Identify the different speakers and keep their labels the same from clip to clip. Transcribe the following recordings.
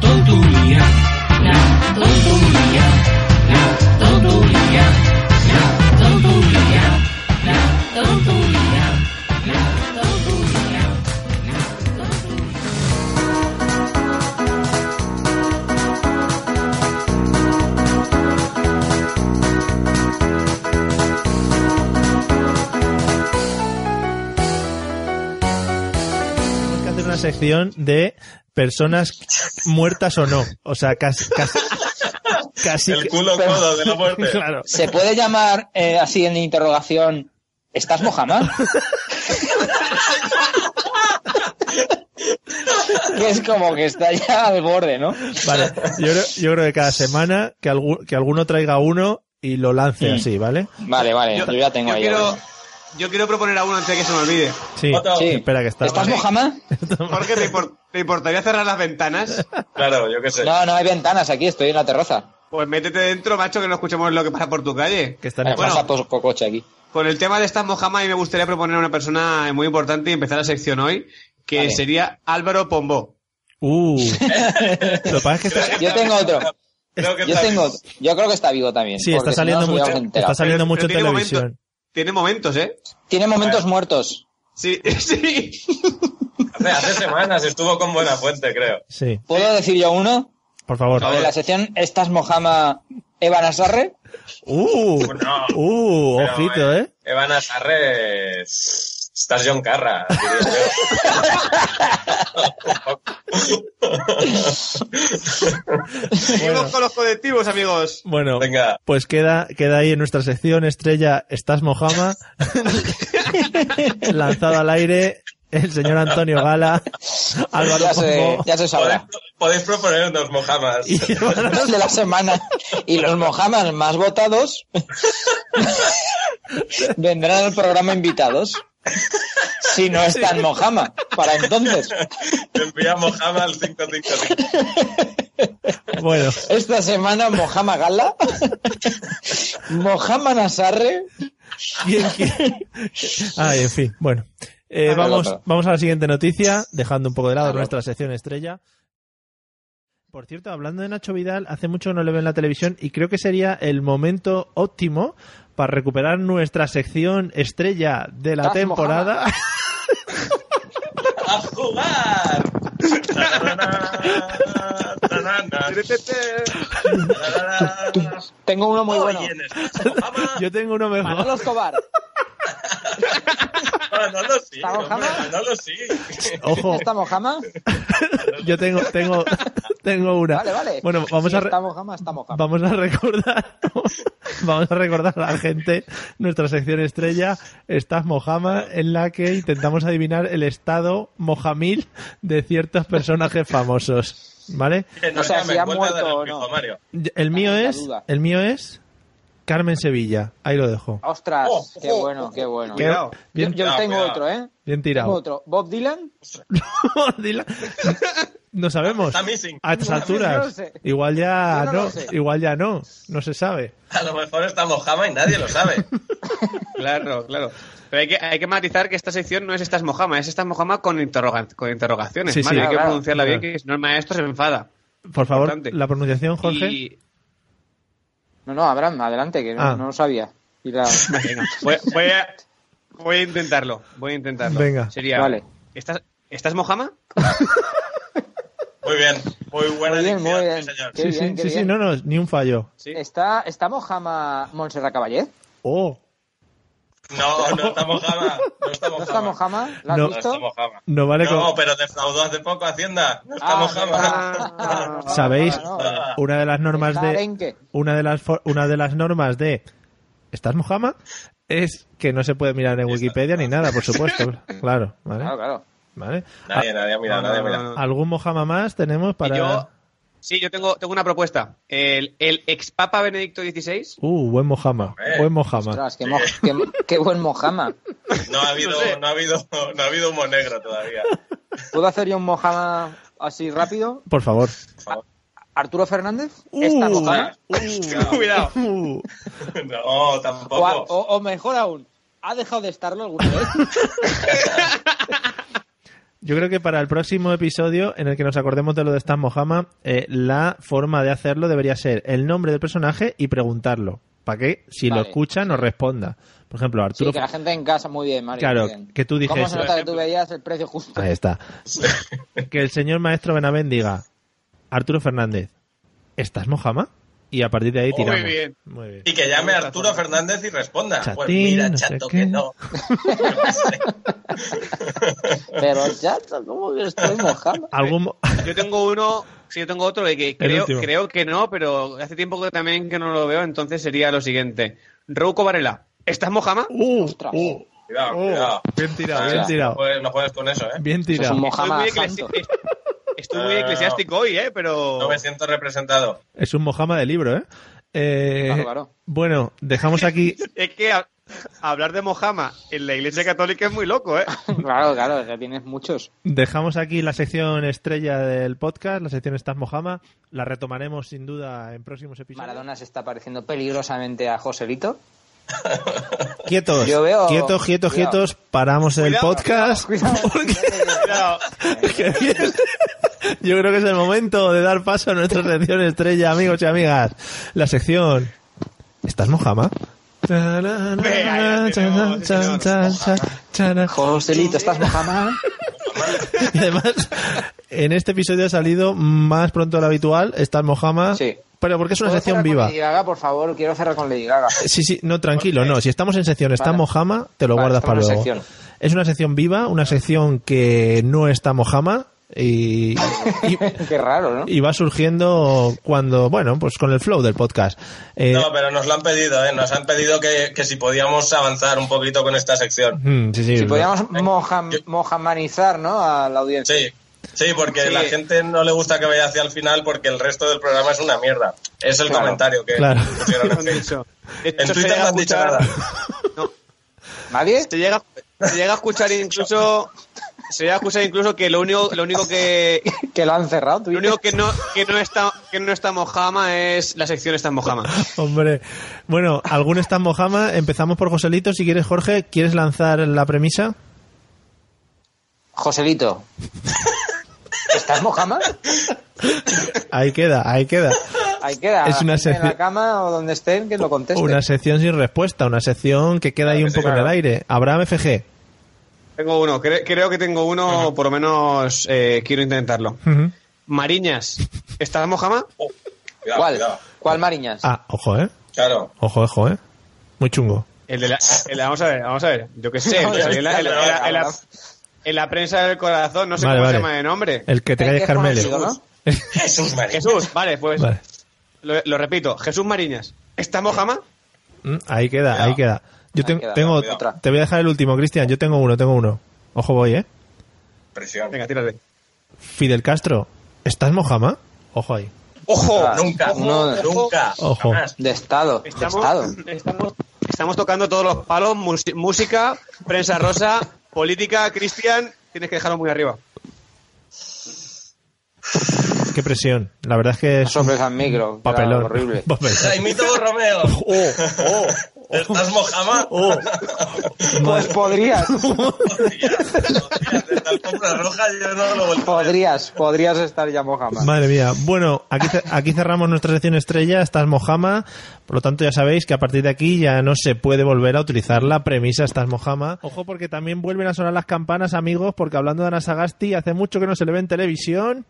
Speaker 1: tonturía, la tonturía, la tonturía, la tonturía, la tonturía, la tonturía, la tonturía.
Speaker 2: Tenemos que hacer una sección de personas muertas o no. O sea, casi... casi, casi
Speaker 3: el
Speaker 2: que-
Speaker 3: culo codo de la muerte.
Speaker 2: Claro.
Speaker 4: Se puede llamar eh, así en interrogación, ¿estás Mohamed? que es como que está ya al borde, ¿no?
Speaker 2: Vale, yo creo, yo creo que cada semana que, algu- que alguno traiga uno y lo lance
Speaker 4: Mm.
Speaker 2: así, ¿vale?
Speaker 4: Vale, vale, yo, ya tengo ahí.
Speaker 5: quiero, yo quiero proponer a uno antes de que se me olvide.
Speaker 2: Sí,
Speaker 3: Otro.
Speaker 4: Sí.
Speaker 2: espera que está.
Speaker 4: ¿Estás Mohamed?
Speaker 5: Jorge, ¿te, impor- te importaría cerrar las ventanas?
Speaker 3: Claro, yo qué sé.
Speaker 4: No, no hay ventanas aquí, estoy en la terraza.
Speaker 5: Pues métete dentro, macho, que no escuchemos lo que pasa por tu calle.
Speaker 2: Que está en
Speaker 4: Me
Speaker 2: el-
Speaker 5: Bueno.
Speaker 4: pasa por coche aquí.
Speaker 5: Con el tema de estas Mohamed, me gustaría proponer a una persona muy importante y empezar la sección hoy, que
Speaker 4: Vale.
Speaker 5: sería Álvaro Pombo.
Speaker 2: Uh. Lo que pasa es que está,
Speaker 4: Yo tengo otro.
Speaker 3: Creo que
Speaker 4: Yo
Speaker 3: está bien.
Speaker 4: tengo, yo creo que está vivo también.
Speaker 2: sí, está
Speaker 4: porque si no
Speaker 2: saliendo
Speaker 4: nos
Speaker 2: mucho,
Speaker 4: hubiéramos enterado.
Speaker 2: está saliendo
Speaker 5: Pero-
Speaker 2: mucho en
Speaker 5: pero tiene
Speaker 2: televisión.
Speaker 5: Tiene momentos, ¿eh?
Speaker 4: Tiene momentos muertos.
Speaker 5: Sí, sí.
Speaker 3: Hace, hace semanas estuvo con Buena Fuente, creo.
Speaker 2: Sí,
Speaker 4: ¿Puedo decir yo uno?
Speaker 2: por favor.
Speaker 4: De la sección ¿Estás Mohamed Evan Asarre?
Speaker 2: Uh,
Speaker 3: No.
Speaker 2: uh,
Speaker 3: Pero,
Speaker 2: ojito, ¿eh?
Speaker 3: Evan Azarre. Estás John Carra. diría
Speaker 5: Seguimos con los colectivos, amigos.
Speaker 2: Bueno,
Speaker 3: yo. Venga.
Speaker 2: pues queda, queda ahí en nuestra sección estrella Estás Mojama, lanzado al aire el señor Antonio Gala, Álvaro
Speaker 4: Ya se,
Speaker 2: Pombo
Speaker 4: ya se
Speaker 3: Podéis,
Speaker 4: sabrá.
Speaker 3: podéis proponernos mojamas.
Speaker 2: y Iván
Speaker 4: de la semana y los Mohamed más votados vendrán al programa invitados. Si no están Mohamed, para entonces.
Speaker 3: Envía mojama al 555.
Speaker 2: Bueno,
Speaker 4: Esta semana Mohamed Gala, Mohamed Nasarre,
Speaker 2: ¿quién quiere? Ay, en fin, bueno. Eh,
Speaker 4: Vale,
Speaker 2: vamos,
Speaker 4: loco.
Speaker 2: vamos a la siguiente noticia, dejando un poco de lado
Speaker 4: Vale.
Speaker 2: nuestra sección estrella. Por cierto, hablando de Nacho Vidal, hace mucho no le veo en la televisión y creo que sería el momento óptimo para recuperar nuestra sección estrella de la
Speaker 4: Taz
Speaker 2: temporada.
Speaker 3: ¡A jugar! Tararara, tararara, tararara.
Speaker 4: Tengo uno muy bueno.
Speaker 3: Oye, en estas mojamas,
Speaker 2: Yo tengo uno mejor.
Speaker 4: Manolo Escobar.
Speaker 3: Manolo sí,
Speaker 4: ¿Está
Speaker 3: hombre,
Speaker 4: mojama?
Speaker 3: Manolo sí.
Speaker 2: Ojo,
Speaker 4: ¿Está Mohamed?
Speaker 2: yo tengo, tengo, tengo una.
Speaker 4: Vale, vale.
Speaker 2: Bueno, vamos
Speaker 4: Si
Speaker 2: a, re-
Speaker 4: Está Mohamed, está Mohamed.
Speaker 2: Vamos a recordar, vamos a recordar a la gente nuestra sección estrella, Estás Mojama, en la que intentamos adivinar el estado mojamil de ciertos personajes famosos, ¿vale?
Speaker 3: Que nos
Speaker 4: O sea,
Speaker 3: llamen,
Speaker 4: si ha
Speaker 3: vuelta de
Speaker 4: muerto o
Speaker 3: la
Speaker 4: no.
Speaker 3: pijo, Mario.
Speaker 2: El mío
Speaker 4: Ahí la
Speaker 2: es,
Speaker 4: duda.
Speaker 2: el mío es Carmen Sevilla, ahí lo dejo.
Speaker 4: Ostras,
Speaker 3: Oh,
Speaker 4: qué
Speaker 3: oh,
Speaker 4: bueno, qué bueno.
Speaker 2: Bien,
Speaker 5: Cuidado.
Speaker 4: Yo,
Speaker 2: bien,
Speaker 4: yo
Speaker 3: Ah,
Speaker 4: tengo
Speaker 3: cuidado.
Speaker 4: otro, ¿eh?
Speaker 2: bien
Speaker 4: Tengo
Speaker 2: tirado.
Speaker 4: otro. Bob Dylan.
Speaker 2: Dila. No sabemos.
Speaker 3: Está missing.
Speaker 2: A estas
Speaker 4: No, no lo
Speaker 2: alturas,
Speaker 4: sé.
Speaker 2: igual
Speaker 4: Yo
Speaker 2: ya
Speaker 4: no lo
Speaker 2: no,
Speaker 4: sé.
Speaker 2: igual ya no, no se sabe.
Speaker 3: A lo mejor está mojama y nadie lo sabe.
Speaker 5: Claro, claro. Pero hay que, hay que matizar que esta sección no es Estás Mojama, es Estás Mojama con, interroga- con interrogaciones.
Speaker 2: Sí, sí.
Speaker 5: ¿vale? hay que
Speaker 4: Claro,
Speaker 5: pronunciarla
Speaker 2: claro.
Speaker 5: bien, que si no el maestro se enfada.
Speaker 2: Por favor,
Speaker 5: Importante.
Speaker 2: la pronunciación, Jorge.
Speaker 5: Y-
Speaker 4: No, no, Abraham, adelante, que no,
Speaker 2: Ah.
Speaker 4: no lo sabía. Y la-
Speaker 5: Venga, voy, voy a, voy a intentarlo. Voy a intentarlo.
Speaker 2: Venga.
Speaker 5: Sería.
Speaker 4: Vale.
Speaker 5: ¿Estás, ¿Estás Mojama?
Speaker 3: Muy bien, muy buena
Speaker 4: Muy bien, muy
Speaker 3: dicción, sí,
Speaker 4: bien.
Speaker 3: señor.
Speaker 4: Qué
Speaker 2: sí,
Speaker 4: bien,
Speaker 2: sí,
Speaker 4: qué
Speaker 2: sí, sí,
Speaker 4: bien.
Speaker 2: no, no, ni un fallo.
Speaker 5: Sí.
Speaker 4: ¿Está, ¿Está Mojama Montserrat Caballé?
Speaker 2: Oh,
Speaker 3: No, no está mojama. No está
Speaker 4: ¿No
Speaker 3: mojama.
Speaker 4: está Mojama? ¿La has
Speaker 2: No.
Speaker 3: No
Speaker 4: visto?
Speaker 3: está mojama.
Speaker 2: no vale con-
Speaker 3: No, pero defraudó hace poco Hacienda. No está
Speaker 4: Ah,
Speaker 3: mojama. Ah,
Speaker 4: no, no, no,
Speaker 2: ¿Sabéis?
Speaker 4: no, no, no.
Speaker 2: una de ¿Eh? las normas
Speaker 4: Está
Speaker 2: de
Speaker 4: arenque.
Speaker 2: una de las for- una de las normas de ¿Estás Mojama? es que no se puede mirar en Wikipedia ni nada, por supuesto. Claro,
Speaker 4: Claro,
Speaker 2: ¿vale?
Speaker 4: claro.
Speaker 2: ¿Vale? Ah,
Speaker 3: Nadie, nadie ha mirado,
Speaker 5: no,
Speaker 3: nadie ha
Speaker 5: no,
Speaker 3: mirado.
Speaker 5: no, no.
Speaker 2: ¿Algún Mojama más tenemos para...?
Speaker 5: Y yo, sí, yo tengo, tengo una propuesta. El, el expapa Benedicto XVI
Speaker 2: Uh, buen Mojama,
Speaker 3: Hombre.
Speaker 2: buen Mojama.
Speaker 4: Ostras, qué, mo- qué- qué buen Mojama.
Speaker 3: No ha habido,
Speaker 5: No sé.
Speaker 3: no ha habido, no ha habido humo negro todavía.
Speaker 4: ¿Puedo hacer yo un Mojama así rápido?
Speaker 2: Por favor.
Speaker 4: ¿Arturo Fernández?
Speaker 2: Uh,
Speaker 4: ¿Esta Mojama?
Speaker 5: Cuidado.
Speaker 2: uh.
Speaker 3: No,
Speaker 4: O, a-
Speaker 3: tampoco.
Speaker 4: o- o mejor aún, ¿ha dejado de estarlo alguna vez?
Speaker 2: Yo creo que para el próximo episodio en el que nos acordemos de lo de Stan Mojama, eh, la forma de hacerlo debería ser el nombre del personaje y preguntarlo. Para que si lo
Speaker 4: Vale.
Speaker 2: escucha nos responda. Por ejemplo, Arturo.
Speaker 4: Sí, que la gente en casa, muy bien, Mario.
Speaker 2: Claro,
Speaker 4: muy bien.
Speaker 2: que tú
Speaker 4: ¿Cómo
Speaker 2: dijes-
Speaker 4: se nota que tú veías el precio justo?
Speaker 2: Ahí está. que el señor maestro Benavent diga, Arturo Fernández, ¿estás Mojama? Y a partir de ahí
Speaker 3: Muy
Speaker 2: tiramos.
Speaker 5: bien.
Speaker 2: Muy bien.
Speaker 3: Y que llame a Arturo Fernández y responda. pues
Speaker 2: Chatín,
Speaker 3: mira,
Speaker 2: no sé
Speaker 3: chato,
Speaker 2: qué.
Speaker 3: que no.
Speaker 4: Pero ya, ¿cómo que estoy mojado?
Speaker 2: ¿Algún, mo-
Speaker 5: Yo tengo uno, sí, yo tengo otro de que creo,
Speaker 2: último.
Speaker 5: creo que no, pero hace tiempo que también que no lo veo, entonces sería lo siguiente. Rouco Varela, ¿estás mojama?
Speaker 2: Uh,
Speaker 4: Ostras.
Speaker 2: uh,
Speaker 3: Cuidado,
Speaker 2: uh,
Speaker 3: cuidado.
Speaker 2: bien tirado,
Speaker 3: Ah,
Speaker 2: bien
Speaker 3: No
Speaker 2: tirado.
Speaker 3: juegues, no juegues con eso, ¿eh?
Speaker 2: Bien
Speaker 4: Eso es un
Speaker 2: tirado.
Speaker 5: Estoy
Speaker 4: mojama
Speaker 5: muy,
Speaker 4: santo.
Speaker 5: eclesi- estoy muy
Speaker 3: No, no, no.
Speaker 5: eclesiástico hoy, ¿eh? Pero...
Speaker 3: No me siento representado.
Speaker 2: Es un Mojama de libro, ¿eh? Eh,
Speaker 4: Claro, claro.
Speaker 2: Bueno, dejamos aquí
Speaker 5: Es que ha- hablar de mojama en la iglesia católica es muy loco, ¿eh?
Speaker 4: Claro, claro, ya tienes muchos.
Speaker 2: Dejamos aquí la sección estrella del podcast, la sección Estás Mojama. La retomaremos sin duda en próximos episodios.
Speaker 4: Maradona se está pareciendo peligrosamente a Joselito.
Speaker 2: Quietos,
Speaker 4: Yo veo-
Speaker 2: quietos, quietos,
Speaker 4: Cuidado.
Speaker 2: quietos. Paramos el
Speaker 5: Cuidado,
Speaker 2: podcast.
Speaker 4: Cuidado.
Speaker 5: Claro.
Speaker 2: Qué bien. Yo creo que es el momento de dar paso a nuestra sección estrella, amigos y amigas. La sección ¿Estás Mojama?
Speaker 5: ahí lo tenemos,
Speaker 2: Chan, chan, chan, chan.
Speaker 4: Joselito, ¿estás mojama?
Speaker 2: Y además, en este episodio ha salido más pronto de lo habitual. Está el Mojama.
Speaker 4: Sí.
Speaker 2: Pero porque es una
Speaker 4: ¿Puedo
Speaker 2: sección
Speaker 4: cerrar con
Speaker 2: viva.
Speaker 4: Lady Gaga, por favor, quiero cerrar con Lady Gaga.
Speaker 2: Sí, sí, no, tranquilo, no. Si estamos en sección, está
Speaker 4: Vale.
Speaker 2: Mojama, te lo
Speaker 4: Vale,
Speaker 2: guardas
Speaker 4: está
Speaker 2: para
Speaker 4: una
Speaker 2: luego.
Speaker 4: sección.
Speaker 2: Es una sección viva, una sección que no está Mojama y, y,
Speaker 4: Qué raro, ¿no?
Speaker 2: y va surgiendo cuando, bueno, pues con el flow del podcast. Eh,
Speaker 3: No, pero nos lo han pedido, ¿eh? Nos han pedido que, que si podíamos avanzar un poquito con esta sección.
Speaker 2: mm, sí, sí,
Speaker 4: Si
Speaker 2: lo-
Speaker 4: podíamos moja- mojamanizar, ¿no? A la audiencia.
Speaker 3: Sí, sí, porque
Speaker 5: Sí.
Speaker 3: la gente no le gusta que vaya hacia el final porque el resto del programa es una mierda. Es el
Speaker 4: Claro.
Speaker 3: comentario que
Speaker 2: Claro.
Speaker 3: pusieron en
Speaker 5: Han
Speaker 3: Facebook.
Speaker 5: dicho. De hecho,
Speaker 3: En
Speaker 5: se
Speaker 3: Twitter
Speaker 5: llega
Speaker 3: no
Speaker 5: a
Speaker 3: han dicho
Speaker 5: escuchar-
Speaker 3: nada.
Speaker 4: ¿Nadie?
Speaker 5: se llega, se llega a escuchar incluso se llega a escuchar incluso que lo único lo único que
Speaker 4: Que lo han cerrado. tú
Speaker 5: lo único que no que no está que no está mojama es la sección está en mojama
Speaker 2: Hombre, bueno, algún está Mojama. Empezamos por Joselito. Si quieres, Jorge, ¿quieres lanzar la premisa?
Speaker 4: Joselito. ¿Estás mojama?
Speaker 2: Ahí queda, ahí queda.
Speaker 4: Ahí queda.
Speaker 2: Es una
Speaker 4: la gente En
Speaker 2: sección-
Speaker 4: la cama o donde estén, que lo contesten.
Speaker 2: Una sección sin respuesta, una sección que queda ahí un
Speaker 3: que sí,
Speaker 2: poco en el
Speaker 3: claro.
Speaker 2: aire. Abraham FG.
Speaker 5: tengo uno cre- creo que tengo uno por lo menos eh, quiero intentarlo
Speaker 2: Ujú.
Speaker 5: mariñas está en mojama
Speaker 3: Oh, cuidado,
Speaker 4: ¿Cuál?
Speaker 3: cuidado.
Speaker 4: ¿Cuál Mariñas?
Speaker 2: Ah, ojo, eh.
Speaker 3: Claro.
Speaker 2: Ojo, ojo, eh. Muy chungo.
Speaker 5: el de la, el- vamos a ver vamos a ver yo qué sé
Speaker 4: Vamos a ver,
Speaker 5: en la, en la- en la- en la- en la prensa del corazón no sé
Speaker 2: Vale,
Speaker 5: cómo
Speaker 2: vale.
Speaker 5: se llama de nombre
Speaker 2: El que te
Speaker 4: El
Speaker 2: calles,
Speaker 4: que es
Speaker 2: Carmele.
Speaker 4: conocido, ¿no?
Speaker 3: Jesús María.
Speaker 5: Jesús vale pues
Speaker 2: Vale.
Speaker 5: lo, lo repito Jesús Mariñas está en mojama
Speaker 2: Mm, Ahí queda, ahí queda. Yo
Speaker 4: Ahí
Speaker 2: ten-
Speaker 4: queda,
Speaker 2: tengo,
Speaker 4: cuidado. Otra.
Speaker 2: te voy a dejar el último, Cristian. Yo tengo uno, tengo uno. Ojo, voy, eh.
Speaker 3: Presión.
Speaker 5: venga tírate
Speaker 2: Fidel Castro, ¿estás Mojama? Ojo ahí.
Speaker 5: ojo
Speaker 4: Ostras,
Speaker 3: Nunca,
Speaker 4: no,
Speaker 3: nunca.
Speaker 2: Ojo.
Speaker 3: jamás.
Speaker 4: De Estado. De Estado.
Speaker 5: Estamos, estamos, estamos tocando todos los palos, mus- música, prensa rosa, política, Cristian, tienes que dejarlo muy arriba.
Speaker 2: Qué presión. La verdad es que es un
Speaker 4: Soples al micro. que era
Speaker 2: papelón.
Speaker 4: Horrible. Oh.
Speaker 2: Papelón.
Speaker 3: Jaimito Romeo. ¿Estás mojama?
Speaker 2: Uh.
Speaker 4: Pues podrías.
Speaker 3: Desde alfombra roja yo no lo vuelvo.
Speaker 4: Podrías, podrías estar ya mojama.
Speaker 2: Madre mía. Bueno, aquí, ce- aquí cerramos nuestra sección estrella, Estás Mojama. Por lo tanto, ya sabéis que a partir de aquí ya no se puede volver a utilizar la premisa Estás Mojama. Ojo porque también vuelven a sonar las campanas, amigos, porque hablando de Ana Sagasti, hace mucho que no se le ve en televisión.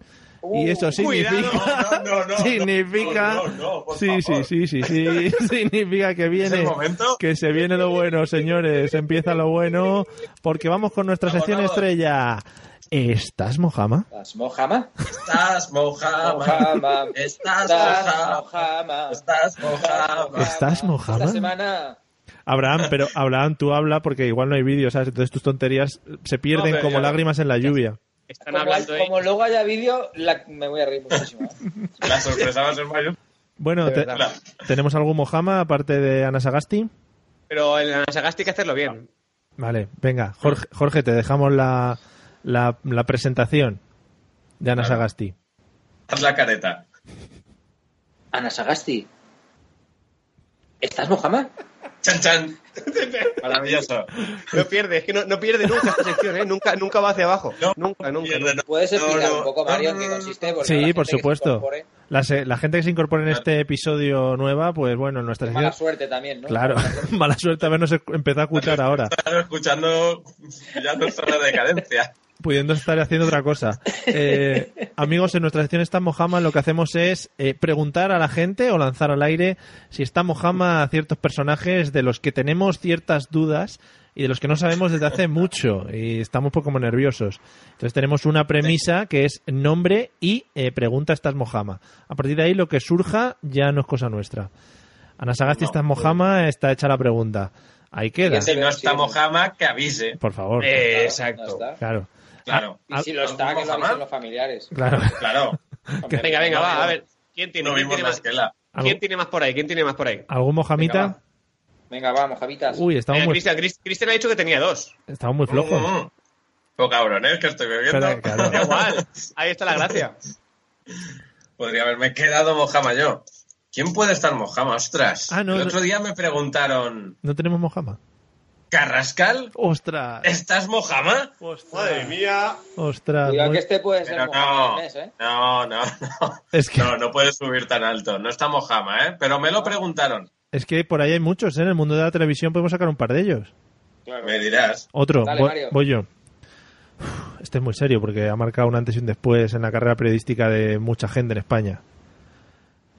Speaker 2: Y eso significa...
Speaker 3: Uh, cuidado. No, no, no, no.
Speaker 2: significa...
Speaker 3: No, no, no, por
Speaker 2: sí, sí,
Speaker 3: favor.
Speaker 2: sí, sí, sí. significa que
Speaker 3: ¿Es el
Speaker 2: viene...
Speaker 3: momento?
Speaker 2: Que se viene lo bueno, señores. Empieza lo bueno. Porque vamos con nuestra
Speaker 3: Vamos,
Speaker 2: sección
Speaker 3: vamos.
Speaker 2: estrella. ¿Estás Mojama?
Speaker 4: ¿Estás mojama?
Speaker 3: Estás mojama.
Speaker 4: Mojama.
Speaker 3: Estás
Speaker 4: Estás
Speaker 3: mojama.
Speaker 4: mojama.
Speaker 3: Estás mojama.
Speaker 2: ¿Estás Mojama?
Speaker 4: Esta semana
Speaker 2: Abraham, pero Abraham, tú habla porque igual no hay vídeo, ¿sabes? Entonces tus tonterías se pierden
Speaker 6: pero
Speaker 2: como
Speaker 6: ya-
Speaker 2: lágrimas en la lluvia.
Speaker 6: Están
Speaker 4: Como,
Speaker 6: hablando
Speaker 4: hay-
Speaker 3: ¿eh?
Speaker 6: ahí.
Speaker 4: como luego haya vídeo, la- me voy a reír muchísimo. ¿eh?
Speaker 3: La sorpresa va a ser mayor.
Speaker 2: Bueno,
Speaker 5: De
Speaker 2: te-
Speaker 5: verdad.
Speaker 2: ¿tenemos algún Mojama aparte de Ana Sagasti?
Speaker 5: Pero en la Sagasti hay que hacerlo bien.
Speaker 2: Vale, venga, Jorge, Jorge te dejamos la, la, la presentación de Ana
Speaker 3: Claro.
Speaker 2: Sagasti.
Speaker 3: Haz la careta.
Speaker 4: Ana Sagasti. ¿Estás Mohamed?
Speaker 3: Chan, chan. Maravilloso.
Speaker 5: No pierde, es que no, no pierde nunca esta sección, ¿eh? Nunca, nunca va hacia abajo.
Speaker 3: No,
Speaker 5: nunca, nunca. nunca.
Speaker 3: Pierde, no.
Speaker 4: ¿Puedes explicar
Speaker 3: No, no.
Speaker 4: un poco, Mario, en
Speaker 3: No,
Speaker 4: qué
Speaker 3: no, no.
Speaker 4: consiste? Porque la
Speaker 2: Sí,
Speaker 4: gente
Speaker 2: por
Speaker 4: que se
Speaker 2: supuesto.
Speaker 4: incorpore,
Speaker 2: La, se- la gente que se incorpore en este episodio nueva, pues bueno, en nuestra
Speaker 4: Mala
Speaker 2: sección.
Speaker 4: suerte también, ¿no?
Speaker 2: Claro, mala suerte habernos esc- empezado a escuchar ahora,
Speaker 3: Claro, escuchando ya nuestra decadencia.
Speaker 2: pudiendo estar haciendo otra cosa. Eh, amigos, en nuestra sección está Mojama, lo que hacemos es eh, preguntar a la gente o lanzar al aire si está Mojama a ciertos personajes de los que tenemos ciertas dudas y de los que no sabemos desde hace mucho y estamos pues como nerviosos. Entonces tenemos una premisa que es nombre y eh, pregunta estás Mojama. A partir de ahí lo que surja ya no es cosa nuestra. Ana Sagasti
Speaker 3: No.
Speaker 2: estás Mojama, está hecha la pregunta. Ahí queda.
Speaker 3: Que si no está Mojama, que avise.
Speaker 2: Por favor.
Speaker 5: Eh,
Speaker 4: Exacto.
Speaker 5: exacto.
Speaker 2: Claro.
Speaker 3: Claro,
Speaker 2: Ah,
Speaker 4: Y si lo está, que lo avisen los familiares.
Speaker 2: Claro.
Speaker 3: claro.
Speaker 5: Venga, venga, va, a ver. ¿Quién tiene,
Speaker 3: No
Speaker 5: quién
Speaker 3: vimos
Speaker 5: tiene
Speaker 3: la
Speaker 5: más?
Speaker 3: esquela.
Speaker 5: ¿Quién tiene más por ahí? ¿Quién tiene más por ahí?
Speaker 2: ¿Algún
Speaker 5: Venga,
Speaker 2: mojamita?
Speaker 5: va.
Speaker 4: Venga, vamos, Javitas.
Speaker 2: Uy, estamos
Speaker 5: Venga,
Speaker 2: muy,
Speaker 5: Cristian, Crist- Cristian ha dicho que tenía dos.
Speaker 2: estamos muy flojos.
Speaker 3: Mm, mm. Poco cabrones que estoy bebiendo.
Speaker 2: Espera, claro.
Speaker 5: Da Igual. Ahí está la gracia.
Speaker 3: Podría haberme quedado Mojama yo. ¿Quién puede estar Mojama? Ostras.
Speaker 2: Ah, no,
Speaker 3: El
Speaker 2: no.
Speaker 3: otro día me preguntaron,
Speaker 2: No tenemos mojama.
Speaker 3: ¿Carrascal?
Speaker 2: ¡Ostras!
Speaker 3: ¿Estás Mojama?
Speaker 2: ¡Ostras!
Speaker 5: mía.
Speaker 2: ¡Ostras!
Speaker 4: Cuidado
Speaker 2: muy-
Speaker 4: que este puede ser
Speaker 3: Pero
Speaker 4: Mohamed
Speaker 3: no,
Speaker 4: del mes, ¿eh?
Speaker 3: no, no, no.
Speaker 2: Es que,
Speaker 3: No, no puedes subir tan alto. No está Mojama, ¿eh? Pero me lo preguntaron.
Speaker 2: es que por ahí hay muchos, ¿eh? En el mundo de la televisión podemos sacar un par de ellos.
Speaker 4: Claro.
Speaker 3: Me dirás.
Speaker 2: Otro,
Speaker 4: Dale,
Speaker 2: voy,
Speaker 4: Mario.
Speaker 2: voy yo. Uf, Este es muy serio porque ha marcado un antes y un después en la carrera periodística de mucha gente en España.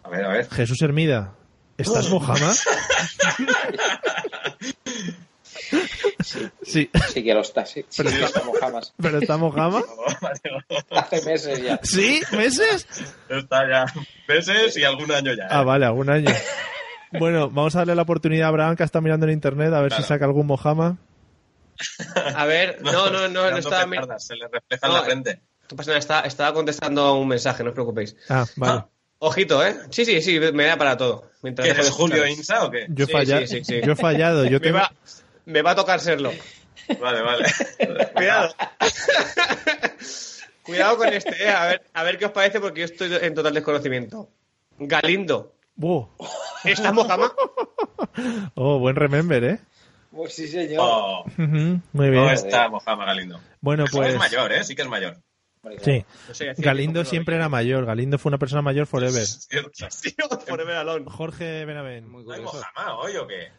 Speaker 3: A ver, a ver.
Speaker 2: Jesús Hermida, ¿estás mojama? sí,
Speaker 4: Sí que lo está, sí. Sí que está Mohamed.
Speaker 2: pero ¿está mojama?
Speaker 4: Hace meses ya.
Speaker 2: ¿Sí? ¿Meses?
Speaker 3: Está ya meses y algún año ya. ¿eh?
Speaker 2: Ah, vale, algún año. Bueno, vamos a darle la oportunidad a Abraham que está mirando en internet a ver
Speaker 3: Claro.
Speaker 2: si saca algún mojama.
Speaker 5: A ver, no, no, no, no
Speaker 3: Dando
Speaker 5: estaba. mi-
Speaker 3: petardas, Se le refleja en
Speaker 5: No, eh,
Speaker 3: la frente.
Speaker 5: No pasa nada, está- estaba contestando un mensaje, no os preocupéis.
Speaker 2: Ah, vale.
Speaker 3: Ah,
Speaker 5: Ojito, ¿eh? Sí, sí, sí, me da para todo. Mientras
Speaker 3: ¿Que
Speaker 5: dejo de
Speaker 3: eres Julio
Speaker 5: escucharos.
Speaker 3: Insa o qué?
Speaker 2: Yo, he
Speaker 5: Sí,
Speaker 2: falla-
Speaker 5: sí, sí, sí.
Speaker 2: yo he fallado. Yo
Speaker 5: Me
Speaker 2: tengo-
Speaker 5: va, me va a tocar serlo.
Speaker 3: Vale, vale.
Speaker 5: Cuidado. Cuidado con este, ¿eh? A ver, a ver qué os parece, porque yo estoy en total desconocimiento. Galindo.
Speaker 2: Buh.
Speaker 5: ¿Estás mojama?
Speaker 2: Oh, buen remember, ¿eh?
Speaker 4: Pues sí, señor.
Speaker 3: Oh,
Speaker 2: Ujú, Muy bien.
Speaker 3: no está Mojama Galindo.
Speaker 2: Bueno, pues...
Speaker 3: Pues... Es mayor, ¿eh? Sí que es mayor.
Speaker 4: Hombre,
Speaker 2: Sí.
Speaker 5: No sé, así-
Speaker 2: Galindo siempre era mayor. Galindo fue una persona mayor forever.
Speaker 3: ¿Cierto?
Speaker 5: Tío, forever alone.
Speaker 2: Jorge Benavent.
Speaker 7: Muy
Speaker 3: ¿No hay
Speaker 7: curioso.
Speaker 3: Mojama hoy o qué?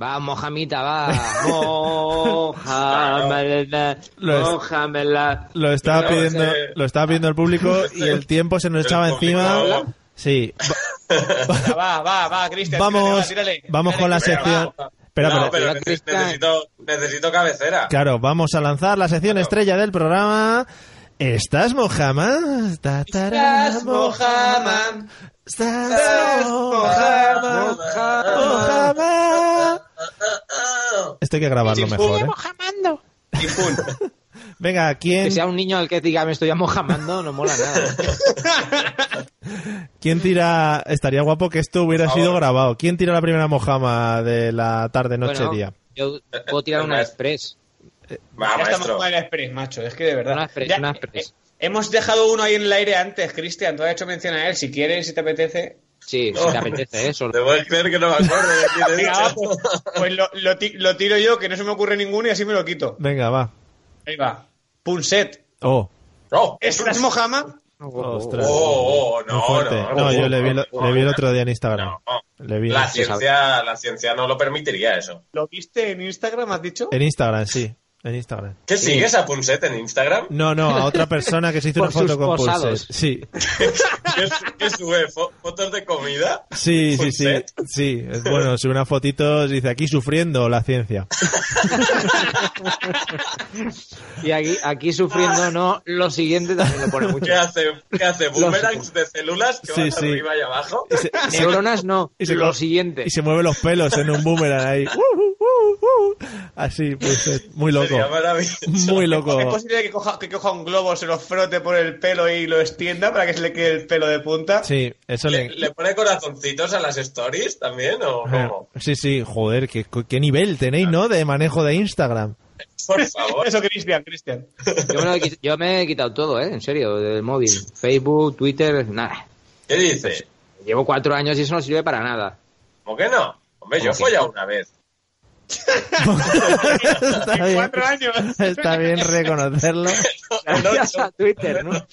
Speaker 7: Va, mojamita, va. Mojámela,
Speaker 2: Lo es.
Speaker 7: mojámela.
Speaker 2: Lo estaba
Speaker 3: No,
Speaker 2: pidiendo,
Speaker 3: ese-
Speaker 2: lo estaba pidiendo el público y el tiempo se nos
Speaker 3: El
Speaker 2: echaba
Speaker 3: público
Speaker 2: encima.
Speaker 3: habla.
Speaker 2: Sí.
Speaker 5: Venga, Va, va, va, Cristian.
Speaker 2: Vamos,
Speaker 5: tírale, tírale.
Speaker 2: vamos con la
Speaker 3: Venga,
Speaker 2: sección.
Speaker 3: va.
Speaker 2: Espera,
Speaker 3: no,
Speaker 2: espera.
Speaker 3: pero
Speaker 7: Mira,
Speaker 3: neces-
Speaker 7: Cristian.
Speaker 3: necesito, necesito cabecera.
Speaker 2: Claro, vamos a lanzar la sección estrella del programa. ¿Estás Mojama? Ta, tará,
Speaker 4: ¿Estás
Speaker 2: Mojama?
Speaker 4: Mojama?
Speaker 2: ¿Estás Mojama? Mojama. Esto hay que grabarlo mejor, ¿eh?
Speaker 7: mojamando.
Speaker 3: Y pum.
Speaker 2: Venga,
Speaker 7: Que
Speaker 2: ¿quién,
Speaker 7: sea un niño el que diga me estoy mojamando, no mola nada.
Speaker 2: ¿quién tira? Estaría guapo que esto hubiera
Speaker 3: Por favor.
Speaker 2: sido grabado. ¿Quién tira la primera Mojama de la tarde, noche,
Speaker 7: Bueno,
Speaker 2: día?
Speaker 7: Yo puedo tirar una express.
Speaker 3: Va,
Speaker 5: Ya estamos
Speaker 3: Ah, maestro.
Speaker 5: con el Express, macho. Es que de verdad.
Speaker 7: Una express,
Speaker 5: Ya,
Speaker 7: una
Speaker 5: eh,
Speaker 7: express.
Speaker 5: eh, Hemos dejado uno ahí en el aire antes, Cristian. Tú has hecho mención a él. Si quieres, si te apetece.
Speaker 7: Sí, si te apetece, ¿eh? eso.
Speaker 3: Te voy a creer que no me acuerdo de quién he
Speaker 5: Venga,
Speaker 3: dicho.
Speaker 5: va, pues, pues lo, lo ti- lo tiro yo, que no se me ocurre ninguno y así me lo quito.
Speaker 2: Venga, va.
Speaker 5: Ahí va. Punset.
Speaker 2: Oh,
Speaker 3: Oh,
Speaker 5: ¿Estás mojama?
Speaker 2: ostras.
Speaker 3: oh, oh,
Speaker 2: Muy
Speaker 3: no,
Speaker 2: fuerte.
Speaker 3: no,
Speaker 2: No, yo le vi, el-
Speaker 3: no,
Speaker 2: le vi el
Speaker 3: no,
Speaker 2: otro día pues, en Instagram.
Speaker 3: no.
Speaker 2: Le vi
Speaker 3: La ciencia, la ciencia no lo permitiría eso.
Speaker 5: ¿Lo viste en Instagram, has dicho?
Speaker 2: en Instagram, sí. En Instagram.
Speaker 3: ¿Qué sigues a Punset en Instagram?
Speaker 2: No, no, a otra persona que se hizo
Speaker 7: Por
Speaker 2: una foto
Speaker 7: sus
Speaker 2: con Pulset.
Speaker 7: posados.
Speaker 2: Sí,
Speaker 3: ¿Qué, su- qué sube? ¿Fo- ¿Fotos de comida?
Speaker 2: sí, sí, sí.
Speaker 3: ¿Pulset?
Speaker 2: Sí, es bueno, si una fotito dice aquí sufriendo la ciencia.
Speaker 7: Y aquí, aquí sufriendo, no, lo siguiente también lo pone mucho.
Speaker 3: ¿Qué hace? ¿Qué hace? ¿Boomerangs
Speaker 7: Lógico.
Speaker 3: de células que
Speaker 2: Sí,
Speaker 3: van
Speaker 2: sí.
Speaker 3: arriba y abajo?
Speaker 2: Y se,
Speaker 7: Neuronas no,
Speaker 2: y se-
Speaker 7: lo siguiente.
Speaker 2: y se mueve los pelos en un boomerang ahí. Uh, uh, uh, uh. Así, Pulset. Muy loco.
Speaker 3: Sería maravilloso.
Speaker 2: Muy loco.
Speaker 5: ¿Es posible que coja, que coja un globo, se lo frote por el pelo y lo extienda para que se le quede el pelo de punta?
Speaker 2: Sí, eso
Speaker 3: ¿Le,
Speaker 2: le,
Speaker 3: le pone corazoncitos a las stories también o
Speaker 2: Ah.
Speaker 3: cómo?
Speaker 2: Sí, sí, joder, qué, qué nivel tenéis, ¿no? De manejo de Instagram.
Speaker 3: Por favor.
Speaker 5: Eso, Cristian, Cristian.
Speaker 7: Yo me, lo he, quit- yo me he quitado todo, ¿eh? En serio, del móvil. Facebook, Twitter, nada.
Speaker 3: ¿Qué dice?
Speaker 7: Llevo cuatro años y eso no sirve para nada.
Speaker 3: ¿Cómo que no? Hombre, yo he
Speaker 7: ¿Cómo que
Speaker 3: follado una vez.
Speaker 2: Está bien,
Speaker 5: Cuatro años.
Speaker 2: está bien reconocerlo.
Speaker 7: Gracias a Twitter, ¿no?